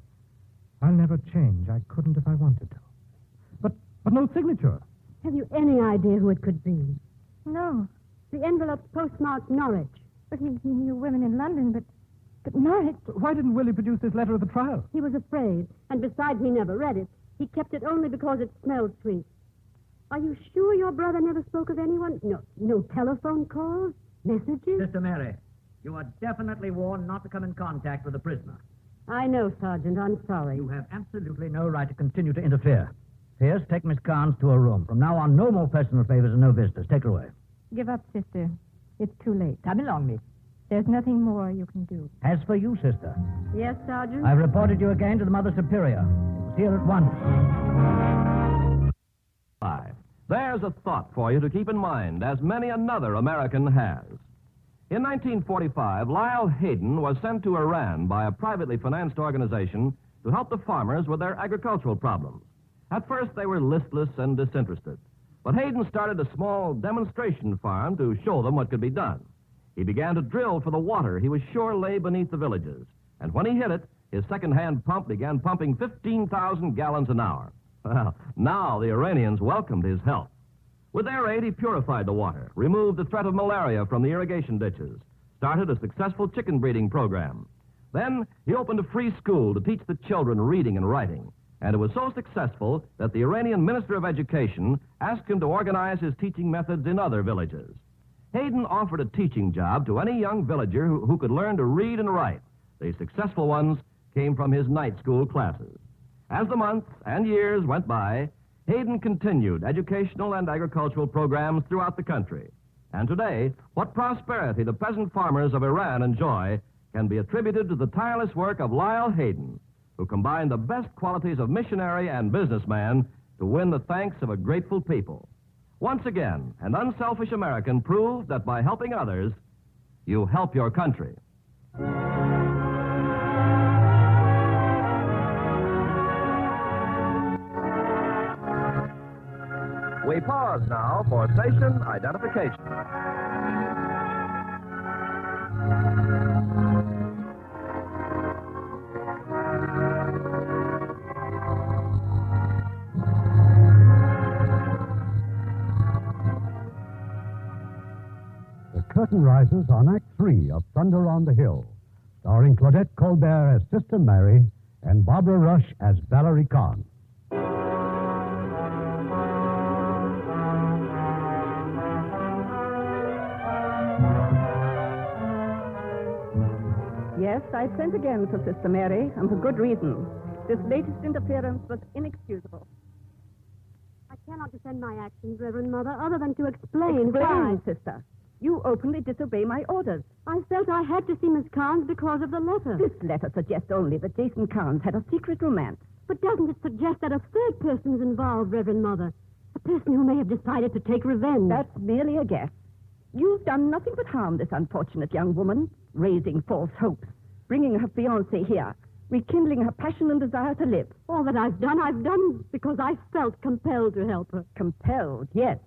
[SPEAKER 2] I'll never change. I couldn't if I wanted to. But, but no signature.
[SPEAKER 3] Have you any idea who it could be? No. The envelope's postmarked Norwich. But he, he knew women in London, but but Norwich.
[SPEAKER 2] Why didn't Willie produce this letter at the trial?
[SPEAKER 3] He was afraid, and besides, he never read it. He kept it only because it smelled sweet. Are you sure your brother never spoke of anyone? No, no telephone calls, messages.
[SPEAKER 25] Sister Mary, you are definitely warned not to come in contact with the prisoner.
[SPEAKER 3] I know, Sergeant. I'm sorry.
[SPEAKER 25] You have absolutely
[SPEAKER 26] No right to continue to interfere. Pierce, take Miss Carnes to her room. From now on, no more personal favors and no visitors. Take her away.
[SPEAKER 9] Give up, sister. It's too late. Come along, Miss. There's nothing more you can do.
[SPEAKER 26] As for you, sister,
[SPEAKER 9] Yes, Sergeant?
[SPEAKER 26] I've reported you again to the Mother Superior. It was here at once.
[SPEAKER 6] Five. There's a thought for you to keep in mind, as many another American has. In 1945, Lyle Hayden was sent to Iran by a privately financed organization to help the farmers with their agricultural problems. At first, they were listless and disinterested, but Hayden started a small demonstration farm to show them what could be done. He began to drill for the water he was sure lay beneath the villages, and when he hit it, his second-hand pump began pumping 15,000 gallons an hour. Well, now the Iranians welcomed his help. With their aid, he purified the water, removed the threat of malaria from the irrigation ditches, started a successful chicken breeding program. Then he opened a free school to teach the children reading and writing. And it was so successful that the Iranian Minister of Education asked him to organize his teaching methods in other villages. Hayden offered a teaching job to any young villager who, who could learn to read and write. The successful ones came from his night school classes. As the months and years went by, Hayden continued educational and agricultural programs throughout the country. And today, what prosperity the peasant farmers of Iran enjoy can be attributed to the tireless work of Lyle Hayden, who combined the best qualities of missionary and businessman to win the thanks of a grateful people. Once again, an unselfish American proved that by helping others, you help your country.
[SPEAKER 27] We pause now for station identification.
[SPEAKER 28] The curtain rises on Act Three of Thunder on the Hill, starring Claudette Colbert as Sister Mary and Barbara Rush as Valerie Kahn.
[SPEAKER 29] Uh, Yes, I sent again for Sister Mary, and for good reason. This latest interference was inexcusable.
[SPEAKER 3] I cannot defend my actions, Reverend Mother, other than to explain,
[SPEAKER 29] Explain,
[SPEAKER 3] why.
[SPEAKER 29] Sister. You openly disobey my orders.
[SPEAKER 3] I felt I had to see Miss Carnes because of the letter.
[SPEAKER 29] This letter suggests only that Jason Carnes had a secret romance.
[SPEAKER 3] But doesn't it suggest that a third person's involved, Reverend Mother? A person who may have decided to take revenge.
[SPEAKER 29] That's merely a guess. You've done nothing but harm this unfortunate young woman, raising false hopes, bringing her fiancé here, rekindling her passion and desire to live.
[SPEAKER 3] All that I've done, I've done because I felt compelled to help her.
[SPEAKER 29] Compelled, yes,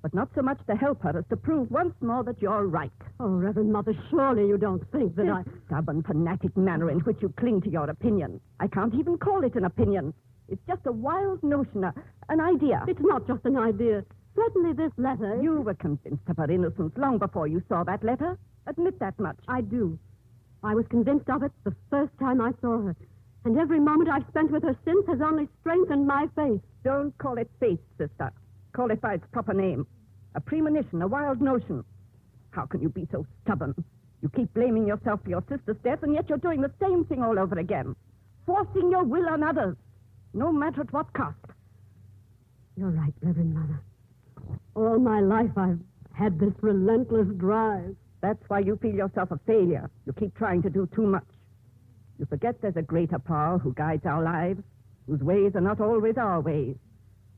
[SPEAKER 29] but not so much to help her as to prove once more that you're right.
[SPEAKER 3] Oh, Reverend Mother, surely you don't think that
[SPEAKER 29] this
[SPEAKER 3] I.
[SPEAKER 29] stubborn, fanatic manner in which you cling to your opinion. I can't even call it an opinion. It's just a wild notion, a, an idea.
[SPEAKER 3] It's not just an idea. Certainly this letter.
[SPEAKER 29] You were convinced of her innocence long before you saw that letter. Admit that much.
[SPEAKER 3] I do. I was convinced of it the first time I saw her.
[SPEAKER 30] And every moment I've spent with her since has only strengthened my faith.
[SPEAKER 3] Don't call it faith, sister. Call it by its proper name. A premonition, a wild notion. How can you be so stubborn? You keep blaming yourself for your sister's death, and yet you're doing the same thing all over again. Forcing your will on others, no matter at what cost.
[SPEAKER 30] You're right, Reverend Mother. All my life I've had this relentless drive.
[SPEAKER 3] That's why you feel yourself a failure. You keep trying to do too much. You forget there's a greater power who guides our lives, whose ways are not always our ways.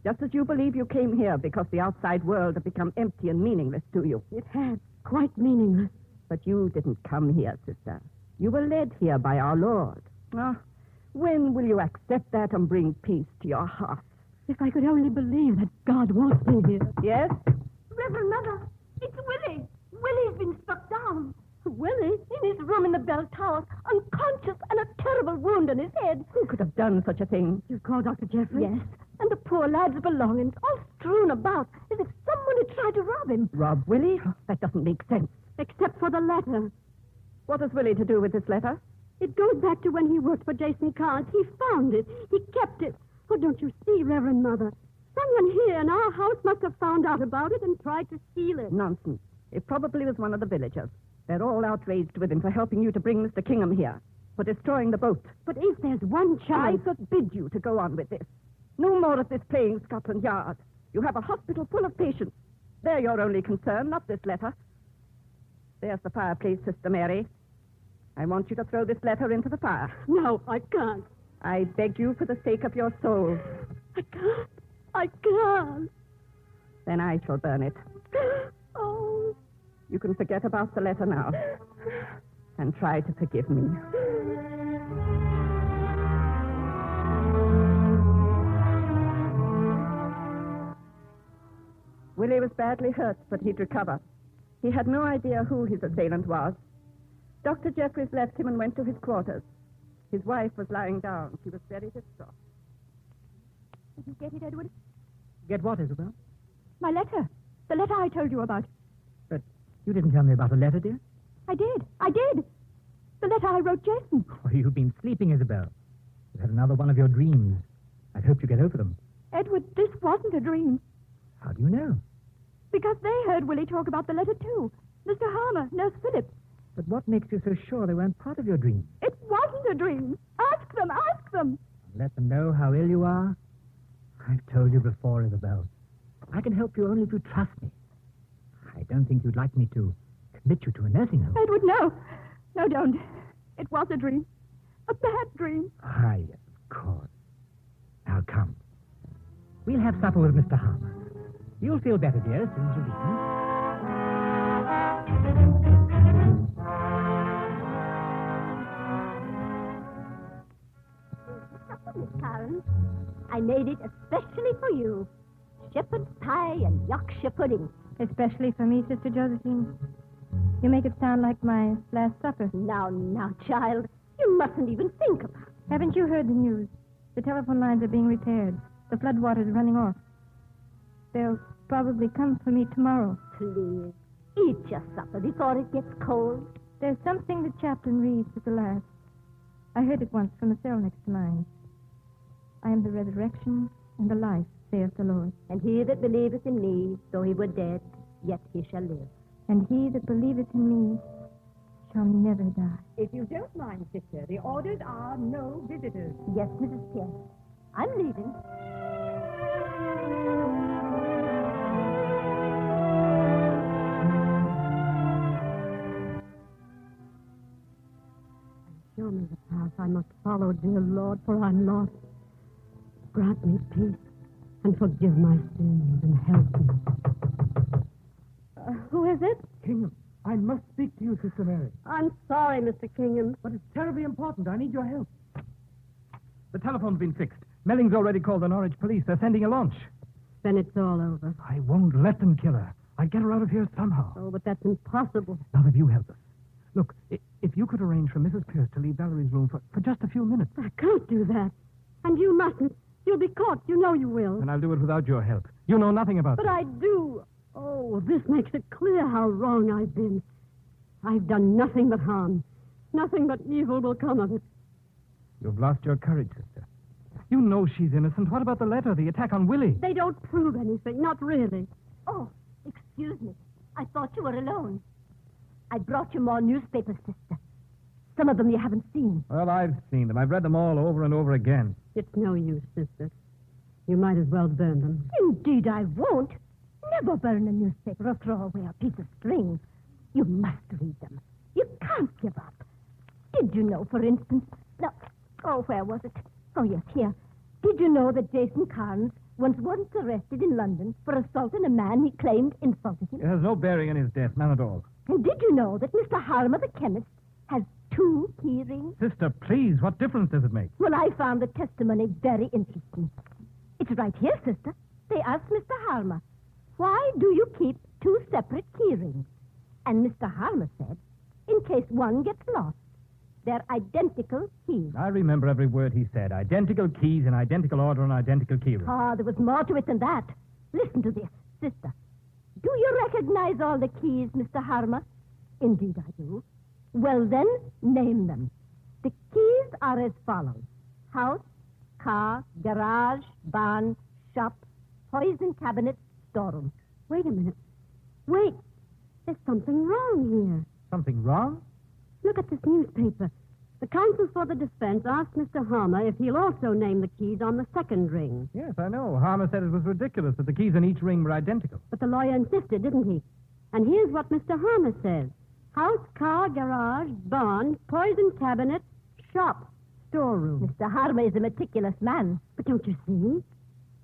[SPEAKER 3] Just as you believe you came here because the outside world had become empty and meaningless to you.
[SPEAKER 30] It had, quite meaningless.
[SPEAKER 3] But you didn't come here, sister. You were led here by our Lord. Ah, when will you accept that and bring peace to your heart?
[SPEAKER 30] If I could only believe that God wants me here.
[SPEAKER 3] Yes?
[SPEAKER 31] Reverend Mother, it's Willie. Willie's been struck down. Willie? In his room in the bell tower, unconscious and a terrible wound in his head.
[SPEAKER 3] Who could have done such a thing?
[SPEAKER 30] You called Dr. Jeffrey?
[SPEAKER 31] Yes. And the poor lad's belongings all strewn about as if someone had tried to rob him.
[SPEAKER 3] Rob Willie? That doesn't make sense.
[SPEAKER 30] Except for the letter.
[SPEAKER 3] What has Willie to do with this letter?
[SPEAKER 30] It goes back to when he worked for Jason Carnes. He found it. He kept it. Oh, don't you see, Reverend Mother? Someone here in our house must have found out about it and tried to steal it.
[SPEAKER 3] Nonsense. It probably was one of the villagers. They're all outraged with him for helping you to bring Mr. Kingham here, for destroying the boat.
[SPEAKER 30] But if there's one
[SPEAKER 3] I
[SPEAKER 30] chance.
[SPEAKER 3] forbid you to go on with this. No more of this playing Scotland Yard. You have a hospital full of patients. They're your only concern, not this letter. There's the fireplace, Sister Mary. I want you to throw this letter into the fire.
[SPEAKER 30] No, I can't.
[SPEAKER 3] I beg you for the sake of your soul.
[SPEAKER 30] I can't. I can't.
[SPEAKER 3] Then I shall burn it.
[SPEAKER 30] Oh.
[SPEAKER 3] You can forget about the letter now. And try to forgive me. Willie was badly hurt, but he'd recover. He had no idea who his assailant was. Dr. Jeffries left him and went to his quarters. His wife was lying down. She was very distraught.
[SPEAKER 31] Did you get it, Edward?
[SPEAKER 2] Get what, Isabel?
[SPEAKER 31] My letter. The letter I told you about.
[SPEAKER 2] But you didn't tell me about the letter, dear.
[SPEAKER 31] I did. I did. The letter I wrote Jason.
[SPEAKER 2] Oh, you've been sleeping, Isabel. You've had another one of your dreams. I hope you get over them.
[SPEAKER 31] Edward, this wasn't a dream.
[SPEAKER 2] How do you know?
[SPEAKER 31] Because they heard Willie talk about the letter, too. Mr. Harmer, Nurse Phillips.
[SPEAKER 2] But what makes you so sure they weren't part of your dream?
[SPEAKER 31] It wasn't a dream. Ask them, ask them.
[SPEAKER 2] Let them know how ill you are. I've told you before, Isabel. I can help you only if you trust me. I don't think you'd like me to commit you to a nursing home.
[SPEAKER 31] Edward, no. No, don't. It was a dream. A bad dream.
[SPEAKER 2] Aye, of course. Now come. We'll have supper with Mr. Harmer. You'll feel better, dear, as soon as you've eaten.
[SPEAKER 31] Miss Carnes. I made it especially for you. Shepherd's pie and Yorkshire pudding.
[SPEAKER 9] Especially for me, Sister Josephine. You make it sound like my last supper.
[SPEAKER 31] Now, now, child, you mustn't even think about it.
[SPEAKER 9] Haven't you heard the news? The telephone lines are being repaired. The floodwater's running off. They'll probably come for me tomorrow.
[SPEAKER 31] Please, eat your supper before it gets cold.
[SPEAKER 9] There's something the chaplain reads at the last. I heard it once from a cell next to mine. I am the resurrection and the life, saith the Lord.
[SPEAKER 31] And he that believeth in me, though he were dead, yet he shall live.
[SPEAKER 9] And he that believeth in me shall never die.
[SPEAKER 32] If you don't mind, sister, the orders are no visitors.
[SPEAKER 31] Yes, Mrs. Pierce. I'm leaving.
[SPEAKER 30] Show me the path I must follow, dear Lord, for I'm lost. Grant me peace and forgive my sins and help me.
[SPEAKER 33] Uh, who is it?
[SPEAKER 34] Kingham, I must speak to you, Sister Mary.
[SPEAKER 33] I'm sorry, Mr. Kingham.
[SPEAKER 34] But it's terribly important. I need your help. The telephone's been fixed. Melling's already called the Norwich police. They're sending a launch.
[SPEAKER 30] Then it's all over.
[SPEAKER 34] I won't let them kill her. I'll get her out of here somehow.
[SPEAKER 30] Oh, but that's impossible.
[SPEAKER 34] None of you help us. Look, i- if you could arrange for Mrs. Pierce to leave Valerie's room for, for just a few minutes.
[SPEAKER 30] I can't do that. And you mustn't. You'll be caught. You know you will.
[SPEAKER 34] Then I'll do it without your help. You know nothing about
[SPEAKER 30] But
[SPEAKER 34] this.
[SPEAKER 30] I do. Oh, this makes it clear how wrong I've been. I've done nothing but harm. Nothing but evil will come of it.
[SPEAKER 2] You've lost your courage, sister. You know she's innocent. What about the letter, the attack on Willie?
[SPEAKER 3] They don't prove anything, not really. Oh, excuse me. I thought you were alone. I brought you more newspapers, sister. Some of them you haven't seen.
[SPEAKER 2] Well, I've seen them. I've read them all over and over again.
[SPEAKER 35] It's no use, sister. You might as well burn them.
[SPEAKER 3] Indeed, I won't. Never burn a newspaper or throw away a piece of string. You must read them. You can't give up. Did you know, for instance? No. Oh, where was it? Oh, yes, here. Did you know that Jason Carnes was once arrested in London for assaulting a man he claimed insulted him?
[SPEAKER 2] It has no bearing in his death, none at all.
[SPEAKER 3] And did you know that Mr. Harmer, the chemist, has two key rings?
[SPEAKER 2] Sister, please, what difference does it make?
[SPEAKER 3] Well, I found the testimony very interesting. It's right here, sister. They asked Mr. Harmer, why do you keep two separate key rings? And Mr. Harmer said, in case one gets lost. They're identical keys.
[SPEAKER 2] I remember every word he said. Identical keys in identical order and identical key rings.
[SPEAKER 3] Ah, there was more to it than that. Listen to this, sister. Do you recognize all the keys, Mr. Harmer? Indeed, I do. Well, then, name them. The keys are as follows house, car, garage, barn, shop, poison cabinet, storeroom.
[SPEAKER 35] Wait a minute. Wait. There's something wrong here.
[SPEAKER 2] Something wrong?
[SPEAKER 35] Look at this newspaper. The counsel for the defense asked Mr. Harmer if he'll also name the keys on the second ring.
[SPEAKER 2] Yes, I know. Harmer said it was ridiculous that the keys in each ring were identical.
[SPEAKER 35] But the lawyer insisted, didn't he? And here's what Mr. Harmer says House, car, garage, barn, poison cabinet, shop, storeroom.
[SPEAKER 3] Mr. Harmer is a meticulous man.
[SPEAKER 35] But don't you see?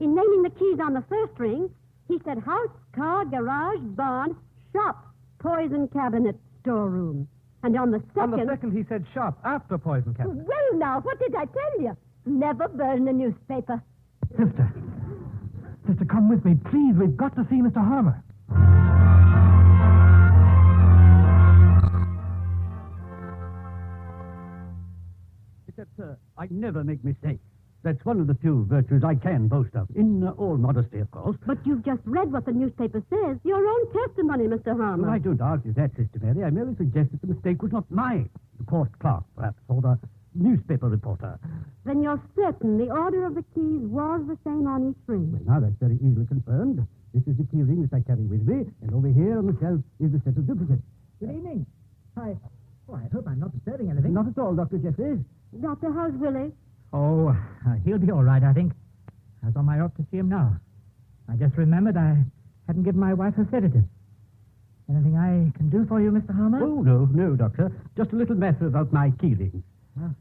[SPEAKER 35] In naming the keys on the first ring, he said house, car, garage, barn, shop, poison cabinet, storeroom. And on the second.
[SPEAKER 2] On the second, he said shop after poison cabinet.
[SPEAKER 3] Well, now, what did I tell you? Never burn a newspaper.
[SPEAKER 2] Sister. Sister, come with me, please. We've got to see Mr. Harmer.
[SPEAKER 6] Except, sir, I never make mistakes. That's one of the few virtues I can boast of, in uh, all modesty, of course.
[SPEAKER 35] But you've just read what the newspaper says. Your own testimony, Mr. Harmer.
[SPEAKER 6] Well, I don't argue that, Sister Mary. I merely suggest that the mistake was not mine. The court clerk, perhaps, or the newspaper reporter.
[SPEAKER 35] Then you're certain the order of the keys was the same on each ring.
[SPEAKER 6] Well, now that's very easily confirmed. This is the key ring that I carry with me, and over here on the shelf is the set of duplicates.
[SPEAKER 36] Good evening. I,
[SPEAKER 37] Oh,
[SPEAKER 36] well, I hope I'm not disturbing anything.
[SPEAKER 6] Not at all, Dr. Jeffries.
[SPEAKER 35] Doctor, how's Willie?
[SPEAKER 37] Oh, uh, he'll be all right, I think. I was on my route to see him now. I just remembered I hadn't given my wife her sedative. Anything I can do for you, Mr. Harmer?
[SPEAKER 6] Oh, no, no, Doctor. Just a little matter about my key rings.
[SPEAKER 37] Well,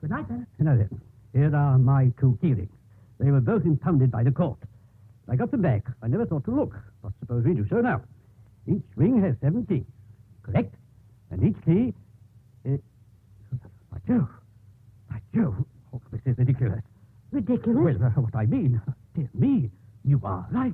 [SPEAKER 37] good night, then.
[SPEAKER 6] Now then, here are my two key rings. They were both impounded by the court. I got them back. I never thought to look, but suppose we do so now. Each ring has seven keys, correct? And each key... Uh, by Jove! By Jove! Oh, this is ridiculous.
[SPEAKER 35] Ridiculous?
[SPEAKER 6] Well, uh, what I mean, dear me, you are right.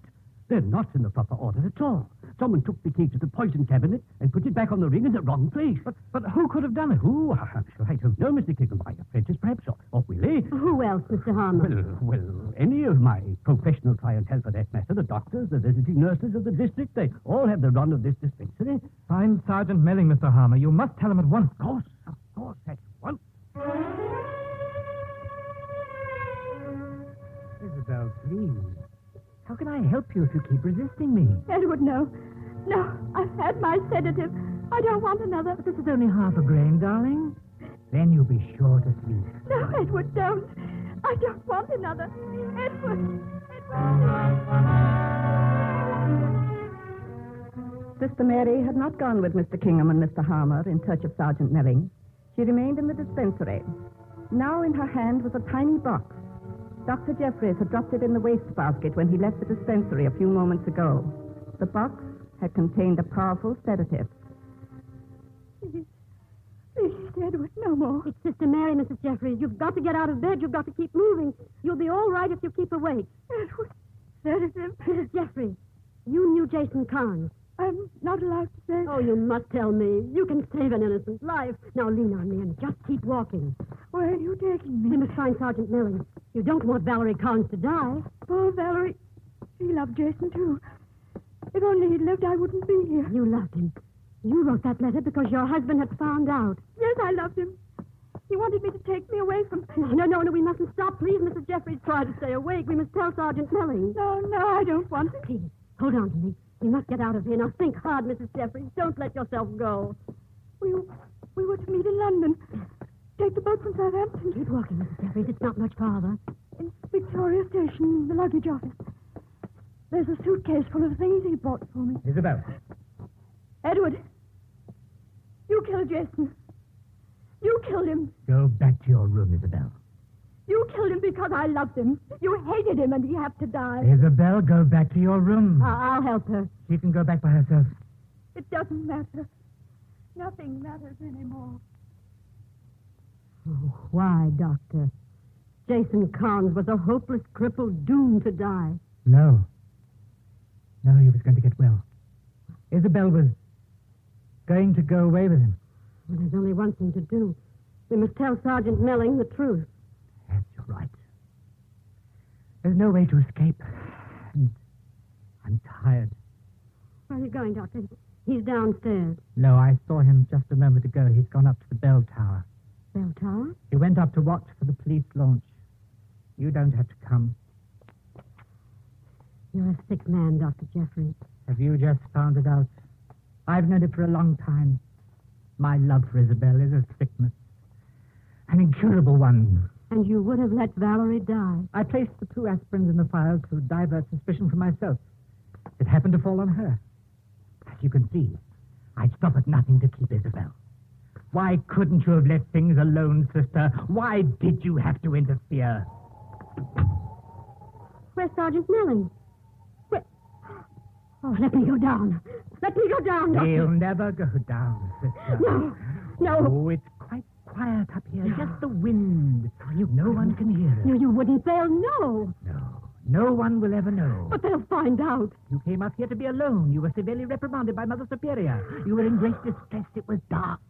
[SPEAKER 6] They're not in the proper order at all. Someone took the key to the poison cabinet and put it back on the ring in the wrong place.
[SPEAKER 2] But, but who could have done it?
[SPEAKER 6] Who? I'm sure I don't know, Mr. Kegel. My apprentice, perhaps, or, or Willie.
[SPEAKER 35] Who else, Mr. Harmer?
[SPEAKER 6] Well, well, any of my professional clientele, for that matter, the doctors, the visiting nurses of the district, they all have the run of this dispensary.
[SPEAKER 2] Find Sergeant Melling, Mr. Harmer. You must tell him at once.
[SPEAKER 6] Of course, of course, at once.
[SPEAKER 37] Isabel, please. How can I help you if you keep resisting me?
[SPEAKER 38] Edward, no. No, I've had my sedative. I don't want another.
[SPEAKER 37] This is only half a grain, darling. Then you'll be sure to sleep.
[SPEAKER 38] No, Edward, don't. I don't want another. Edward. Edward.
[SPEAKER 39] Sister Mary had not gone with Mr. Kingham and Mr. Harmer in search of Sergeant Melling. She remained in the dispensary. Now in her hand was a tiny box. Dr. Jeffries had dropped it in the wastebasket when he left the dispensary a few moments ago. The box had contained a powerful sedative.
[SPEAKER 38] Please, please, Edward, no more.
[SPEAKER 35] It's Sister Mary, Mrs. Jeffries. You've got to get out of bed. You've got to keep moving. You'll be all right if you keep awake.
[SPEAKER 38] Edward, sedative.
[SPEAKER 35] Mrs. Jeffries, you knew Jason Carnes.
[SPEAKER 38] I'm not allowed to say.
[SPEAKER 35] Oh, you must tell me. You can save an innocent life. Now lean on me and just keep walking.
[SPEAKER 38] Where are you taking me?
[SPEAKER 35] We must find Sergeant Milling. You don't want Valerie Carnes to die.
[SPEAKER 38] Poor Oh, Valerie. She loved Jason, too. If only he'd lived, I wouldn't be here.
[SPEAKER 35] You loved him. You wrote that letter because your husband had found out.
[SPEAKER 38] Yes, I loved him.
[SPEAKER 9] He wanted me to take me away from
[SPEAKER 3] No, no, no, no, we mustn't stop. Please, Mrs. Jeffries, try to stay awake. We must tell Sergeant Melling.
[SPEAKER 9] No, no, I don't want to.
[SPEAKER 3] Please, hold on to me. We must get out of here. Now, think hard, Mrs. Jeffries. Don't let yourself go.
[SPEAKER 9] We, we were to meet in London. Take the boat from Southampton.
[SPEAKER 3] Keep walking, Mrs. Jeffries. It's not much farther.
[SPEAKER 9] In Victoria Station, the luggage office. There's a suitcase full of things he bought for me.
[SPEAKER 2] Isabel.
[SPEAKER 9] Edward, you killed Jason. You killed him.
[SPEAKER 2] Go back to your room, Isabel.
[SPEAKER 9] You killed him because I loved him. You hated him, and he had to die.
[SPEAKER 2] Isabel, go back to your room.
[SPEAKER 9] I'll help her.
[SPEAKER 2] She can go back by herself.
[SPEAKER 9] It doesn't matter. Nothing matters anymore.
[SPEAKER 3] Oh, why, Doctor? Jason Carnes was a hopeless cripple doomed to die.
[SPEAKER 2] No. No, he was going to get well. Isabel was going to go away with him.
[SPEAKER 3] Well, there's only one thing to do. We must tell Sergeant Melling the truth.
[SPEAKER 2] You're right. There's no way to escape. And I'm tired.
[SPEAKER 3] Where are you going, Doctor? He's downstairs.
[SPEAKER 2] No, I saw him just a moment ago. He's gone up to the bell tower.
[SPEAKER 3] Bell Tower?
[SPEAKER 2] He went up to watch for the police launch. You don't have to come.
[SPEAKER 3] You're a sick man, Dr. Jeffries.
[SPEAKER 2] Have you just found it out? I've known it for a long time. My love for Isabel is a sickness, an incurable one.
[SPEAKER 3] And you would have let Valerie die.
[SPEAKER 2] I placed the two aspirins in the phial to divert suspicion from myself. It happened to fall on her. As you can see, I'd stop at nothing to keep Isabel. Why couldn't you have let things alone, sister? Why did you have to interfere?
[SPEAKER 3] Where's Sergeant Melling? Where... Oh, let me go down. Let me go down, Doctor.
[SPEAKER 2] He'll never go down, sister.
[SPEAKER 3] No, no.
[SPEAKER 2] Oh, it's quite quiet up here. Just the wind. You, no one can hear us.
[SPEAKER 3] No, you wouldn't. They'll know.
[SPEAKER 2] No one will ever know.
[SPEAKER 3] But they'll find out.
[SPEAKER 2] You came up here to be alone. You were severely reprimanded by Mother Superior. You were in great distress. It was dark.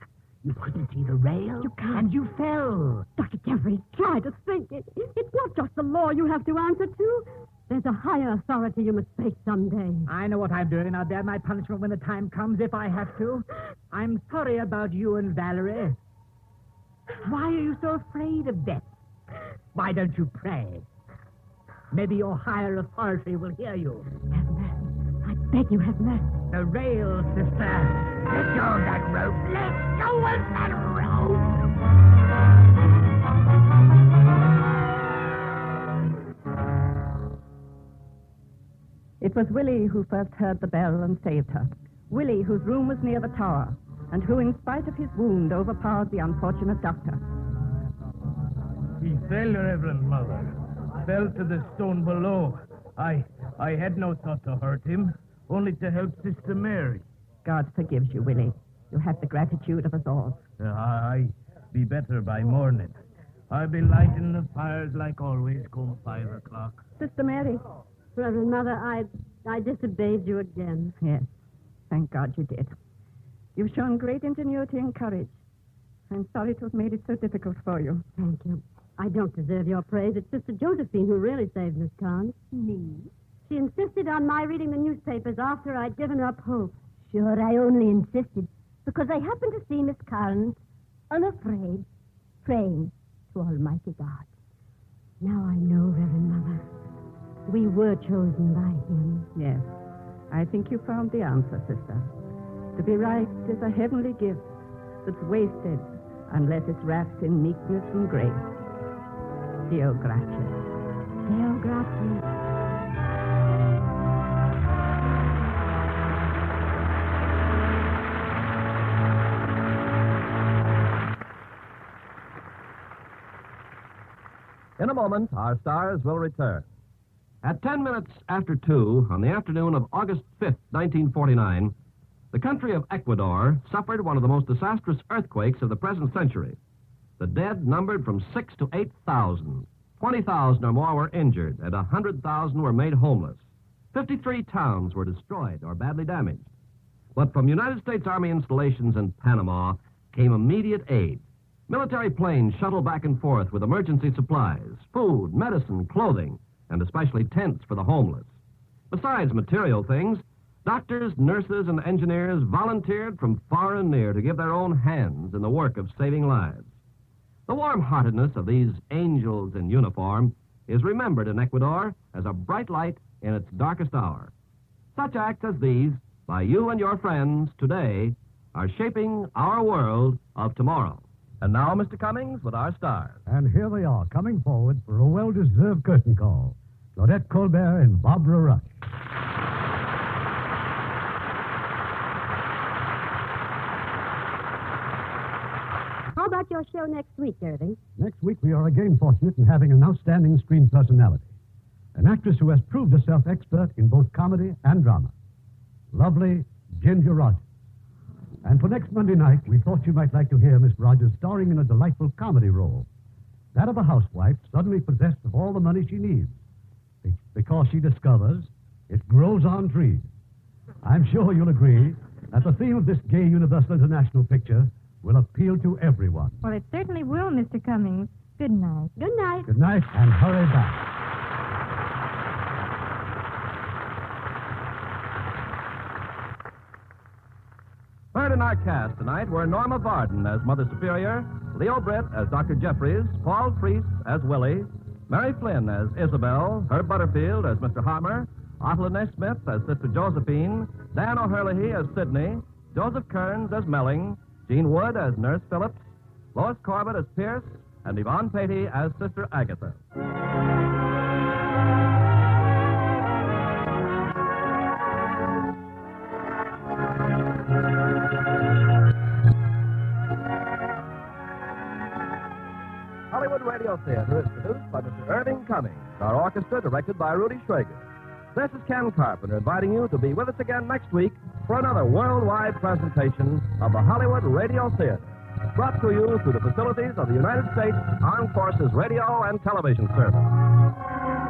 [SPEAKER 2] You couldn't see the rail.
[SPEAKER 3] You can't.
[SPEAKER 2] And you fell.
[SPEAKER 3] Dr. Jeffries, try to think. It, it's not just the law you have to answer to. There's a higher authority you must face someday.
[SPEAKER 2] I know what I'm doing. I'll bear my punishment when the time comes, if I have to. I'm sorry about you and Valerie. Why are you so afraid of death? Why don't you pray? Maybe your higher authority will hear you.
[SPEAKER 3] I beg you, have mercy.
[SPEAKER 2] The rail, sister. Let go of that rope. Let go of that rope.
[SPEAKER 13] It was Willie who first heard the bell and saved her. Willie, whose room was near the tower, and who, in spite of his wound, overpowered the unfortunate doctor.
[SPEAKER 14] He fell, Reverend Mother. Fell to the stone below. I I had no thought to hurt him, only to help Sister Mary.
[SPEAKER 13] God forgives you, Willie. You have the gratitude of us all.
[SPEAKER 14] Uh, I be better by morning. I'll be lighting the fires like always, come five o'clock.
[SPEAKER 13] Sister Mary.
[SPEAKER 3] Reverend Mother, I, I disobeyed you again.
[SPEAKER 13] Yes. Thank God you did. You've shown great ingenuity and courage. I'm sorry to have made it so difficult for you.
[SPEAKER 3] Thank you. I don't deserve your praise. It's Sister Josephine who really saved Miss Carnes.
[SPEAKER 15] Me?
[SPEAKER 3] She insisted on my reading the newspapers after I'd given up hope.
[SPEAKER 15] Sure, I only insisted because I happened to see Miss Carnes, unafraid, praying to Almighty God.
[SPEAKER 3] Now I know, Reverend Mother. We were chosen by him.
[SPEAKER 13] Yes. I think you found the answer, sister. To be right is a heavenly gift that's wasted unless it's wrapped in meekness and grace. Deo gratia.
[SPEAKER 3] Deo gratia.
[SPEAKER 6] In a moment, our stars will return. At 10 minutes after 2 on the afternoon of August 5th, 1949, the country of Ecuador suffered one of the most disastrous earthquakes of the present century. The dead numbered from 6 to 8,000. 20,000 or more were injured, and 100,000 were made homeless. 53 towns were destroyed or badly damaged. But from United States Army installations in Panama came immediate aid. Military planes shuttled back and forth with emergency supplies, food, medicine, clothing, and especially tents for the homeless. Besides material things, doctors, nurses, and engineers volunteered from far and near to give their own hands in the work of saving lives. The warm heartedness of these angels in uniform is remembered in Ecuador as a bright light in its darkest hour. Such acts as these by you and your friends today are shaping our world of tomorrow. And now, Mr. Cummings, with our stars.
[SPEAKER 40] And here they are, coming forward for a well deserved curtain call Claudette Colbert and Barbara Rush.
[SPEAKER 41] How about your show next week, Irving?
[SPEAKER 40] Next week, we are again fortunate in having an outstanding screen personality, an actress who has proved herself expert in both comedy and drama. Lovely Ginger Rogers. And for next Monday night, we thought you might like to hear Miss Rogers starring in a delightful comedy role that of a housewife suddenly possessed of all the money she needs be- because she discovers it grows on trees. I'm sure you'll agree that the theme of this gay Universal International picture will appeal to everyone.
[SPEAKER 9] Well, it certainly will, Mr. Cummings. Good night. Good night.
[SPEAKER 40] Good night and hurry back.
[SPEAKER 6] Third in our cast tonight were Norma Varden as Mother Superior, Leo Britt as Dr. Jeffries, Paul Priest as Willie, Mary Flynn as Isabel, Herb Butterfield as Mr. Harmer, Ottilie Nesmith as Sister Josephine, Dan O'Herlihy as Sidney, Joseph Kearns as Melling, Jean Wood as Nurse Phillips, Lois Corbett as Pierce, and Yvonne Patey as Sister Agatha.
[SPEAKER 42] Hollywood Radio Theater is produced by Mr. Irving Cummings, our orchestra directed by Rudy Schrager. This is Ken Carpenter inviting you to be with us again next week for another worldwide presentation of the Hollywood Radio Theater, brought to you through the facilities of the United States Armed Forces Radio and Television Service.